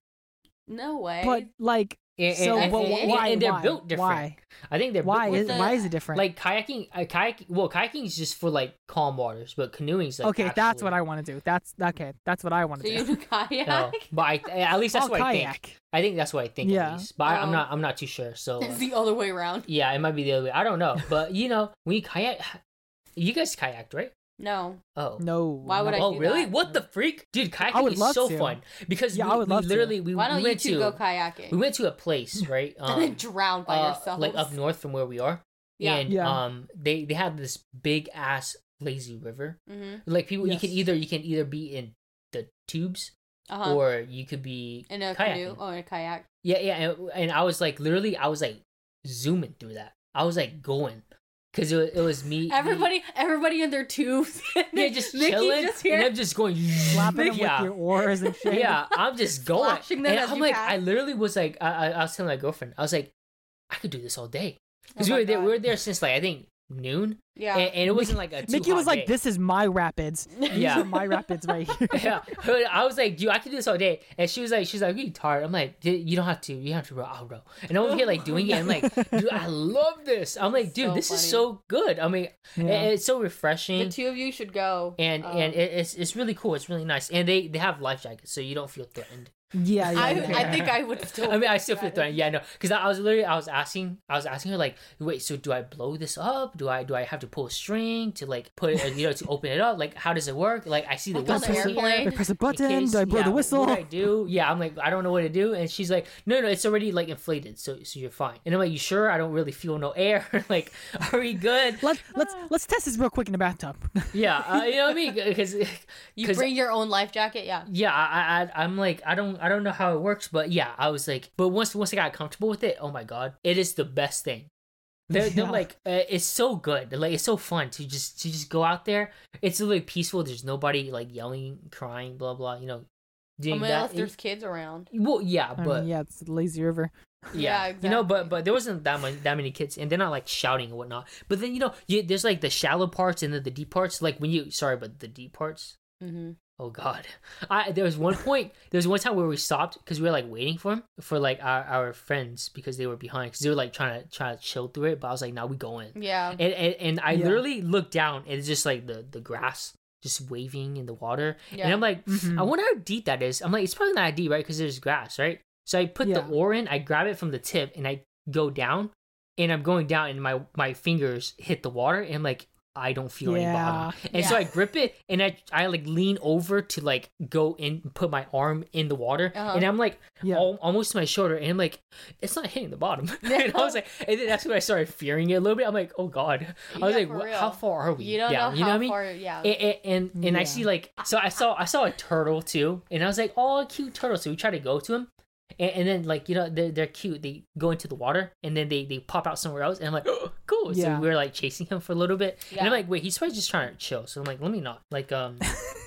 No way.
But like,
And,
so
and,
but
well,
and-
why-
and-
why?
and they're
why?
built different.
Why?
I think they're
Why
built
is
the-
why is it different?
like kayaking. Uh, kayaking. Well, kayaking is just for like calm waters, but canoeing's like
okay, that's what
actually-
I want to do. That's okay. That's what I want
so
to
you do
do.
kayak?
No, but I, at least that's
I'll
what I think.
kayak.
I think that's what I think. At
Yeah. Oh.
least. But I, I'm
Um,
not. I'm not too sure. So uh,
It's the other way around.
yeah, it might be the other way. I don't know. But you know, when you kayak, you guys kayaked, right?
No.
Oh.
No.
Why would I
no.
Oh
do
really?
that.
What the freak, dude? Kayaking is
would love
so
to.
fun because
Yeah,
we,
I would
we
love to.
literally we,
Why don't
we
you
went
two
to
go kayaking?
we went to a place right
and then
um,
drown by
uh,
yourself.
like up north from where we are.
Yeah.
and
Yeah.
um they they have this big ass lazy river
mm-hmm.
like people you can
Yes.
either you can either be in the tubes
uh-huh.
or you could be
in a
kayaking.
canoe.
Mm-hmm.
Oh, in a kayak.
yeah yeah and, and i was like literally i was like zooming through that i was like going because it, wa- it was me
Everybody, everybody in their tubes.
yeah just
Nikki
chilling
just
and
here.
i'm just going
Slapping them
yeah
with your oars and shit.
yeah i'm just going
Flashing
and
them as
i'm
you
like
pass.
i literally was like I, I, I was telling my girlfriend i was like i could do this all day because
Oh
we
my
were there we
God.
were there since like i think noon
Yeah.
and, and it wasn't like a too
Mickey was
hot
like,
day.
"This is my rapids. These
Yeah.
are my rapids right here."
yeah, But I was like, dude, I could do this all day, and she was like, she's like, you tired? I'm like, "Dude, you don't have to, you don't have to, bro. I'll row. And I'm over here like doing it. I'm like, dude, I love this. I'm like, dude,
So
this is
funny.
so good. I mean,
Yeah.
it- it's so refreshing,
the two of you should go.
and
Um,
and it, it's it's really cool. It's really nice, and they they have life jackets, so you don't feel threatened.
yeah, yeah,
I,
yeah.
I think I would still.
I mean, I
be
still feel
excited.
threatened. Yeah, no, because I, I was literally, I was asking, I was asking her like, wait, so do I blow this up? Do I do I have to pull a string to like put it, you know, to open it up? Like, how does it work? Like, I see the
Like on
Do I
the
whistle
press, a,
here.
airplane.
do I press a
in
button?
case-
do I blow
yeah,
the whistle?
What do I do? Yeah, I'm like, I don't know what to do. And she's like, no, no, it's already like inflated, so so you're fine. And I'm like, you sure? I don't really feel no air. like, are we good?
Let let's let's test this real quick in the bathtub.
yeah, uh, you know what I mean? Because
You bring your own life jacket. Yeah.
yeah, I, I I'm like, I don't I don't know how it works, but yeah, I was like, but once once I got comfortable with it, oh my god, it is the best thing. They're, they're
Yeah.
like uh, it's so good like it's so fun to just to just go out there it's really peaceful there's nobody like yelling crying blah blah you know
I
doing
mean,
that
unless Oh there's kids around.
well yeah
I
but
mean, yeah, it's the lazy river.
yeah,
Yeah,
you know, but
exactly.
but there wasn't that many that many kids, and they're not like shouting and whatnot. But then you know, you, there's like the shallow parts and then the deep parts. Like when you, sorry, but the deep parts.
Mm-hmm.
Oh God, I there was one point, there was one time where we stopped because we were like waiting for him for like our, our friends because they were behind because they were like trying to trying to chill through it. But I was like, now nah, we going.
Yeah.
And, and and I
Yeah.
literally looked down and it's just like the the grass just waving in the water, and
Yeah.
I'm like,
Mhm.
I wonder how deep that is. I'm like, it's probably not deep, right? Because there's grass, right? So I put the
Yeah.
oar in, I grab it from the tip, and I go down, and I'm going down, and my my fingers hit the water, and I'm like, I don't feel any bottom. And so
Yeah.
I grip it, and I I like lean over to like go in, put my arm in the water,
Uh-huh.
and I'm like,
Yeah.
al- almost to my shoulder, and I'm like, it's not hitting the bottom. and I was like, and then that's when I started fearing it a little bit. I'm like, oh god. I was
Yeah,
like,
for
what,
real.
how far are we?
You don't
down?
know
you know
how
what I mean?
far. Yeah.
and and, and, and I
Yeah.
see like so I saw I saw a turtle too, and I was like, oh, a cute turtle. So we try to go to him, and, and then like you know they're, they're cute. They go into the water and then they they pop out somewhere else, and I'm like, cool.
Yeah.
So we were like chasing him for a little bit, and
Yeah.
I'm like, wait, he's probably just trying to chill. So I'm like, let me not like um,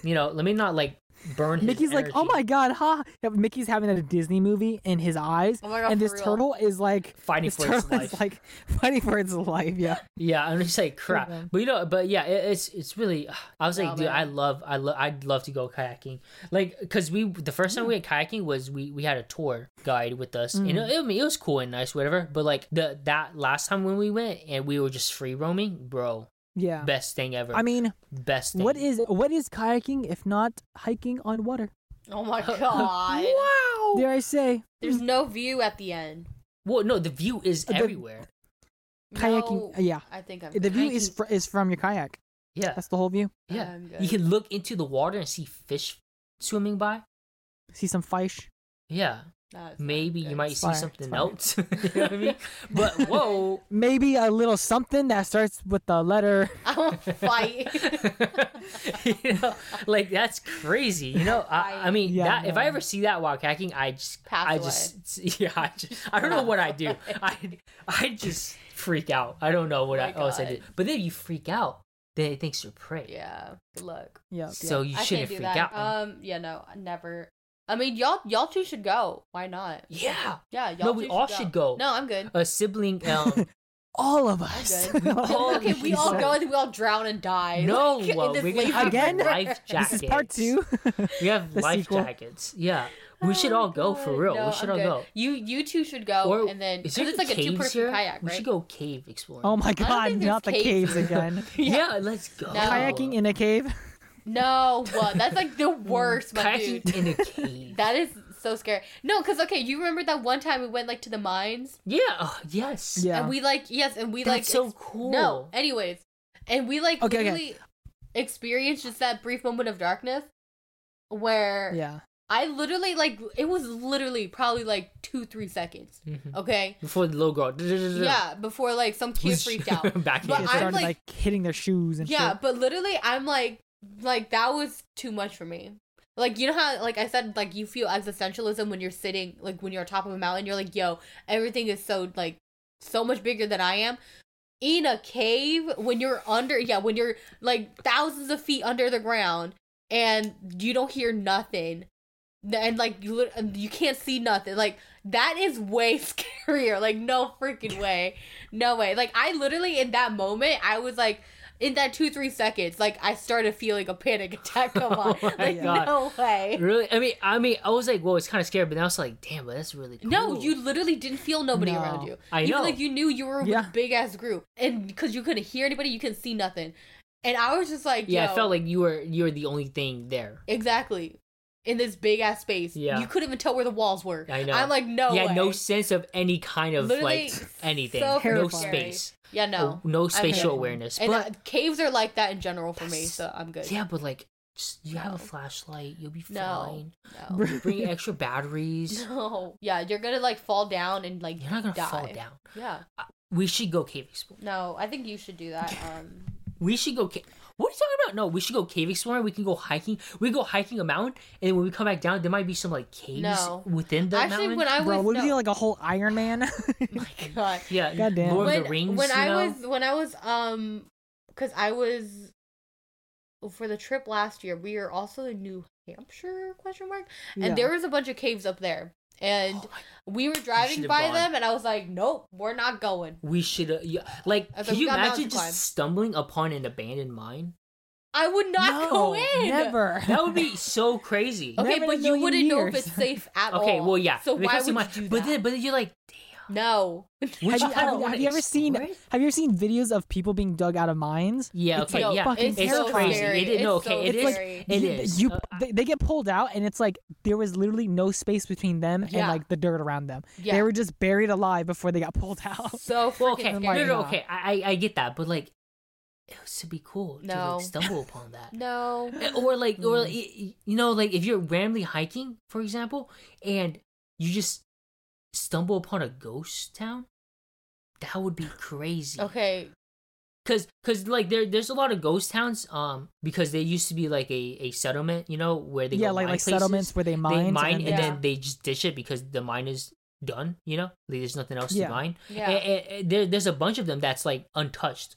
you know, let me not like burn. his
Mickey's like, oh
energy."
my god, ha! Yeah, Mickey's having a Disney movie in his eyes,
Oh my god,
and
for
this
real.
turtle is like
Fighting
this
for its
turtle is
life.
like fighting for its life. Yeah,
Yeah, I'm just like crap.
man.
But you know, but yeah, it, it's it's really. I was like,
Wow,
dude,
man.
I love, I love, I'd love to go kayaking. Like, cause we the first
Mm.
time we went kayaking was we we had a tour guide with us, and it, I mean, it was cool and nice, whatever. But like the that last time when we went and we were just free roaming, bro,
yeah.
best thing ever.
I mean,
best. Thing.
what is what is kayaking if not hiking on water?
Oh my god.
Wow.
Dare I say
There's no view at the end.
Well, no, the view is
The-
No,
everywhere.
Hmm, kayaking? Yeah,
I think I'm.
the view is fr- is from your kayak.
Yeah,
That's the whole view.
yeah.
I'm
You
good.
can look into the water and see fish swimming by.
See some fish.
Yeah,
No, it's not
maybe
good.
you might see
Fire,
something
fire.
else. you know what I mean? But whoa.
Maybe a little something that starts with the letter.
I won't fight.
you know, like that's crazy. You know, I, I mean,
Yeah,
that, if I
no.
ever see that while kayaking, I just,
Pass
I
away.
just, yeah, I, just, I don't know what I do. I, I just freak out. I don't know what
Oh My
I, else I
God.
did. But then you freak out, then it thinks you're prey.
yeah. Good luck.
Yeah.
So
I
you
can't
shouldn't
do
freak
that.
out.
Um. Yeah. No. Never. I mean, y'all. Y'all two should go. Why not?
yeah,
Yeah. Y'all
No, we
two
all should go.
No, I'm good.
a sibling. Um,
all of us.
good.
Oh,
okay, we all
Jesus.
go and then we all drown and die.
no,
like, in
uh,
this
we're gonna
lazy
have
Again?
river.
life jackets.
This is part two.
We have
The
life
sequel.
jackets. Yeah, we should
Oh
all
my
go for
God.
real.
No,
we should
I'm
all
good.
go.
You you two should go, and then
is
because
there
it's like a
caves
two person
here?
kayak,
We
right?
should go cave exploring.
Oh my
don't
god,
think
not the
there's
caves
caves.
again.
yeah. let's go.
Kayaking in a cave.
No, what? That's like
Mm,
the worst, my
kayaking
dude.
in a cave.
That is so scary. No, because okay, you remember that one time we went like to the mines,
yeah. Oh, yes.
Yeah.
and we like yes, and we
That's
like
so
ex-
cool.
No, anyways, and we like
Okay, okay.
literally experienced just that brief moment of darkness where
Yeah.
I literally like it was literally probably like two three seconds.
Mhm.
Okay,
Before the little girl.
yeah, before like some kid freaked out.
Back
But
Kids
I'm
started like,
like-
hitting their shoes and
yeah
shit.
but literally i'm like like that was too much for me like you know how like i said like you feel existentialism when you're sitting like when you're on top of a mountain you're like yo everything is so like so much bigger than i am in a cave when you're under yeah when you're like thousands of feet under the ground and you don't hear nothing and like you, lit- and you can't see nothing like that is way scarier like no freaking way no way like i literally in that moment i was like in that two three seconds like i started feeling a panic attack come on
Oh my
like
God.
no way
Really? I mean, I mean, I was like, "Whoa, it's kind of scary," but then I was like, "Damn, but that's really cool."
No, you literally didn't feel nobody
No.
around you.
I
you
know.
Like you knew you were with
Yeah.
a big ass group, and because you couldn't hear anybody, you couldn't see nothing. And I was just like,
Yeah,
yo,
I felt like you were you were the only thing there.
exactly in this big ass space.
Yeah.
you couldn't even tell where the walls were.
I know.
I'm like, no,
yeah,
way.
no sense of any kind of
Literally
like anything,
so
no
Terrifying.
space,
yeah, no.
oh, no spatial
it.
awareness.
and
but
uh, caves are like that in general for me,
That's-
so I'm good.
yeah, but like, just, you have
No.
a flashlight, you'll be
No.
fine.
no,
Bring extra batteries.
no, yeah, you're gonna like fall down and like
You're not gonna
die.
fall down.
Yeah,
We should go cave exploring.
no, I think you should do that. Um,
We should go. Ca- what are you talking about? No, we should go cave exploring. We can go hiking. We go hiking a mountain, and when we come back down, there might be some like caves
No.
within the
actually,
mountain.
when I was
Bro, would
no,
be like a whole Iron Man.
my god,
yeah,
Goddamn.
Lord
when,
of the Rings.
when
you
I
know?
was when I was um because I was for the trip last year we were also in New Hampshire question mark and there was a bunch of caves up there and
Oh my-
we were driving
should've
by
gone.
them and I was like nope we're not going
we should uh, yeah, like.
I was
Could
like, we
you
got
imagine
mountain
just
climb.
stumbling upon an abandoned mine?
I would not go in
Never.
That would be so crazy.
okay
Never in a
but you
million
wouldn't know if
years.
it's safe at all
Okay, well, yeah.
so
when it
why
comes to
would
mine-
you do
But
that
then, but then you're like, damn.
no
would
Have you,
you kinda
have,
wanna
have you ever seen
explore it?
Have you ever seen videos of people being dug out of mines?
Yeah. Okay.
no,
yeah.
fucking
It's,
terrifying.
crazy.
Scary.
It is, no.
It's
Okay.
so
it is.
scary.
It
you,
is.
You,
Uh,
they, they get pulled out, and it's like there was literally no space between them and
Yeah.
like the dirt around them.
Yeah.
They were just buried alive before they got pulled out.
so freaking
Well, okay, no,
scary.
no, no,
Yeah.
okay. I, I I get that, but like, it should be cool to
No. Mm.
like stumble upon that, Eh,
no
or like, or like, y- y- you know, like if you're randomly hiking, for example, and you just stumble upon a ghost town, that would be crazy.
okay
Cause, cause, like there, there's a lot of ghost towns. Um, because they used to be like a, a settlement, you know, where they
yeah,
go
like
mine
like
places.
settlements where they mine.
they
so
mine
then
and
they-
then they just ditch it because the mine is done. You know, Like, there's nothing else
Yeah.
to mine.
yeah
A- a- a- there, there's a bunch of them that's like untouched.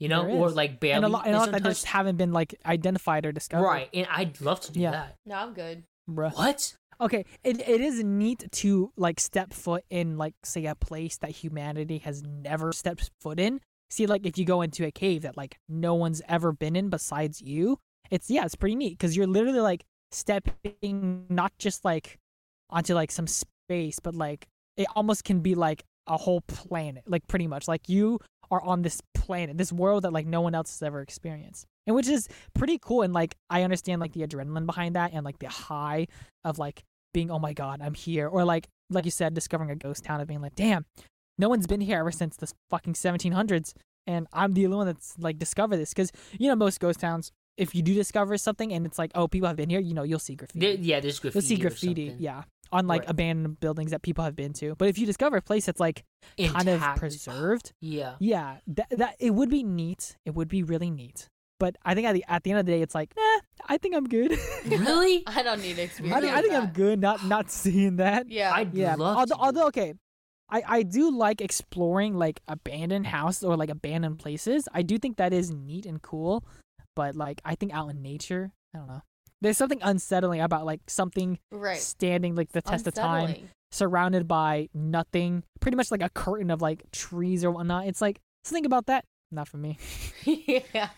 you know,
There
or
is.
like barely.
and a lot, and a lot that
sometimes-
just haven't been like identified or discovered.
right, and I'd love to do
Yeah.
that.
No, I'm good.
bruh.
What?
Okay, it, it is neat to like step foot in like say a place that humanity has never stepped foot in. See, like if you go into a cave that like no one's ever been in besides you, it's yeah, it's pretty neat because you're literally like stepping not just like onto like some space, but like it almost can be like a whole planet, like pretty much like you are on this planet, this world that like no one else has ever experienced, and which is pretty cool. And like I understand like the adrenaline behind that and like the high of like being oh my god i'm here or like like you said discovering a ghost town and being like damn no one's been here ever since the fucking 1700s and i'm the only one that's like discovered this because you know most ghost towns if you do discover something and it's like oh people have been here you know you'll see graffiti
There, yeah, there's graffiti.
you'll see
or
graffiti
something.
yeah on like
Right.
abandoned buildings that people have been to but if you discover a place that's like kind
Intact.
of preserved
Yeah.
yeah that, that it would be neat it would be really neat but i think at the, at the end of the day it's like nah i think i'm good
Really?
I don't need
I
experience.
think, I think i'm
that.
good not not seeing that
Yeah.
I'd
yeah.
love.
although,
to do
although okay, I I do like exploring like abandoned houses or like abandoned places. I do think that is neat and cool, but like I think out in nature, I don't know. There's something unsettling about like something
right.
standing like the test of time,
Unsettling.
surrounded by nothing, pretty much like a curtain of like trees or whatnot. It's like something about that. Not for me,
yeah.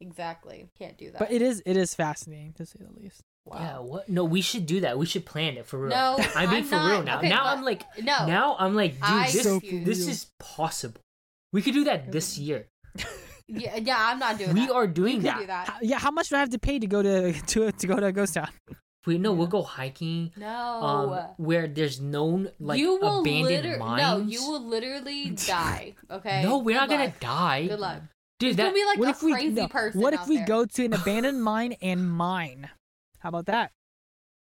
Exactly. Can't do that.
but it is it is fascinating to say the least.
Yeah. What? No, we should do that. We should plan it for real.
No,
I'm being
I'm
for real
not.
now.
Okay,
now
but-
I'm like.
no.
Now I'm like, dude,
I
this
So
this
real.
is possible. We could do that this year.
yeah, yeah, I'm not doing
we
that.
are
You
doing
could
that.
do that.
How, yeah, how much do I have to pay to go to to to go to a ghost town?
We no, we'll go hiking.
No.
Um, where there's known like
Oh, uh, you will
abandoned
liter-
mines.
No, you will literally die. Okay.
No, we're not
Good
gonna
luck.
die.
Good luck.
dude.
It's gonna
That
be like
what
a
if we
crazy
no,
person.
What if
out
we
there.
go to an abandoned mine and mine? How about that?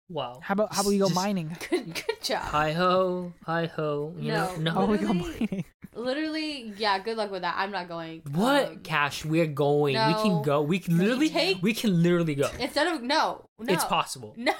wow.
How about how about we go
Just
mining?
Good, good job.
Hi ho, hi ho. You
No.
know, no.
How about Oh, we go
literally-
mining?
Literally, yeah. Good luck with that. I'm not going.
What,
Um,
Cash? We're going. We
no.
can go. We can
We
literally.
take-
we can literally go.
instead of no, no.
It's possible.
No.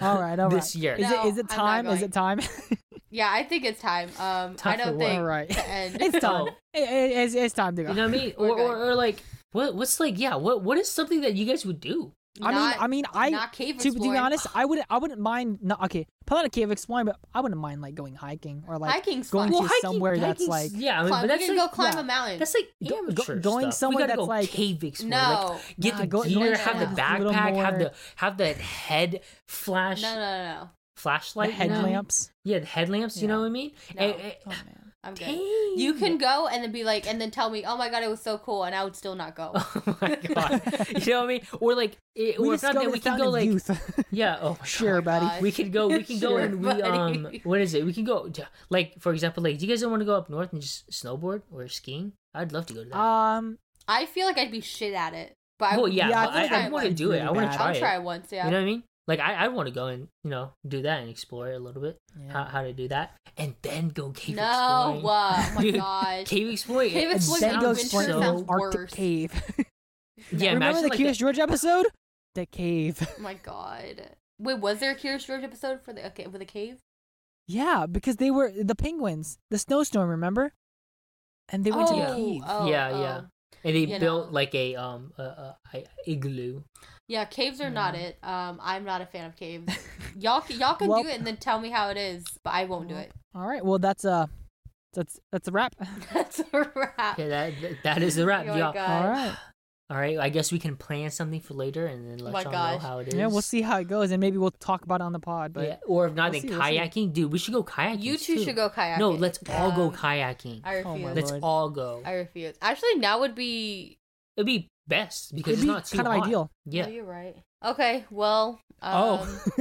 All right, all right.
This year.
Is it is
No,
it
I'm not
time? Is it time?
Yeah, I think it's time. Um, I
Time for
don't
what?
think
all right,
to end.
it's time.
Oh.
It- it- it's, it's time to go.
You know what I mean?
We're
or, or
good.
or like what? What's like? Yeah. What what is something that you guys would do?
I mean,
Not-
I mean, I
not cave
to, to be
exploring.
honest, I wouldn't I wouldn't mind. Not okay, probably not a cave exploring, but I wouldn't mind like going hiking or like
Hiking's
going
fun.
to somewhere that's like
yeah. I mean,
Climb-
but
we
that's
can
like,
go climb
yeah.
a mountain.
That's like
Go- go-
amateur
going
stuff.
somewhere
we gotta go
that's like-
cave exploring. like,
no,
get
Nah,
the
go-
gear,
going
have the
somewhere that's a
backpack,
little
have
more-
the have the head flash
no, no, no.
the
flashlight, you know?
headlamps.
Yeah, the headlamps. You know what I mean? Eh,
No.
And- and-
Oh man,
I'm good.
dang.
You can go and then be like, and then tell me, oh my god, it was so cool, and I would still not go.
Oh my god! you know what I mean? Or like, it,
we
or if not,
discovered
then
the
we can
fountain
go
of
like,
youth.
yeah. Oh my
sure,
god.
buddy.
God.
We could go. We can go
Sure,
and we
buddy.
um. What is it? We can go. to- Like for example, like do you guys don't want to go up north and just snowboard or skiing? I'd love to go to that.
Um,
I feel like I'd be shit at it. But I
well,
would-
yeah,
yeah, I
but
think
I, I,
I
want to
would.
do it. I want to
Really bad.
try
I'll
it.
try it once. Yeah.
You know what I mean? Like I, I want to go and you know do that and explore it a little bit. How, how to do that and then go cave exploring.
no, uh, oh my
Dude,
gosh.
Cave exploring.
Cave
it
and
exploring
then
sounds
go
winter
explore
so-
sounds
the Arctic
worse.
cave.
Yeah,
Remember
imagine
the
like
Curious George episode? The cave.
Oh my god. Wait, was there a Curious George episode for the okay for the cave?
Yeah, because they were the penguins. The snowstorm, remember? And they went
oh,
to the cave.
Oh,
Yeah,
oh.
yeah. and they
you
built
know.
like a um a, a, a igloo.
Yeah, caves are not
Yeah.
it. Um, I'm not a fan of caves. y'all, c- y'all can
Well-
do it and then tell me how it is, but I won't do it.
All right. Well, that's uh that's that's a wrap.
That's a wrap.
Yeah, that that- that is the wrap,
Oh my
y'all.
God.
All right.
All right, I guess we can plan something for later and then let
Oh my
y'all know
gosh.
how it is.
Yeah, we'll see how it goes, and maybe we'll talk about it on the pod. But
yeah, or if not,
We'll
then
see, we'll see.
kayaking, dude. We should go kayaking.
You two
too.
should go kayaking.
No, let's all go
Um,
kayaking.
I
Oh
refuse.
my
Let's
Lord.
all go.
I refuse. Actually, now would be.
It'd be best because
it'd
it's
be
not too
kind of
hot.
ideal.
Yeah,
Yeah.
you're right. Okay, well. Um,
Oh.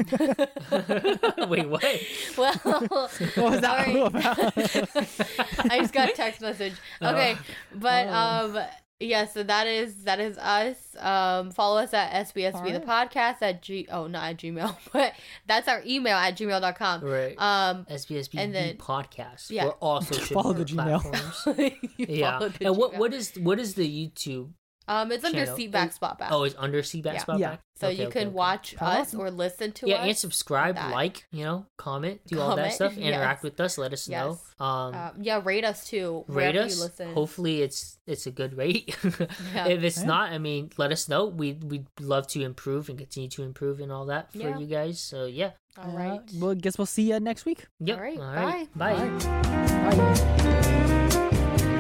Wait, what?
Well, what
What was that all about?
I just got a text message. Okay, but
Oh.
um, yeah. So that is that is us. Um, follow us at SBSB the podcast at g. Oh, not at Gmail, but that's our email at gmail.com.
Right.
Um,
SBSB
And then-
podcast.
yeah.
We're also
Follow the Gmail.
platforms.
you
yeah.
follow the
And what
Gmail.
what is what is the YouTube
Um, it's under
Channel
seatback back
eight.
spot back.
Oh, it's under
Uh,
seatback
Yeah.
spot
Yeah.
back.
so
Okay,
you
okay,
can
okay.
watch
Oh,
us or listen to us.
Yeah, and subscribe,
that.
like, you know, comment, do all that
Comment,
stuff,
yes.
interact with us, let us
Yes.
know. Um,
um, yeah, rate us too.
rate
wherever You
us.
listen.
Hopefully, it's it's a good rate.
Yeah.
If it's
Yeah.
not, I mean, let us know. We we'd love to improve and continue to improve and all that for
Yeah.
you guys. So yeah,
All
Uh,
right.
well, guess we'll see you next week.
yep.
All right.
All right. Bye.
Bye. Bye.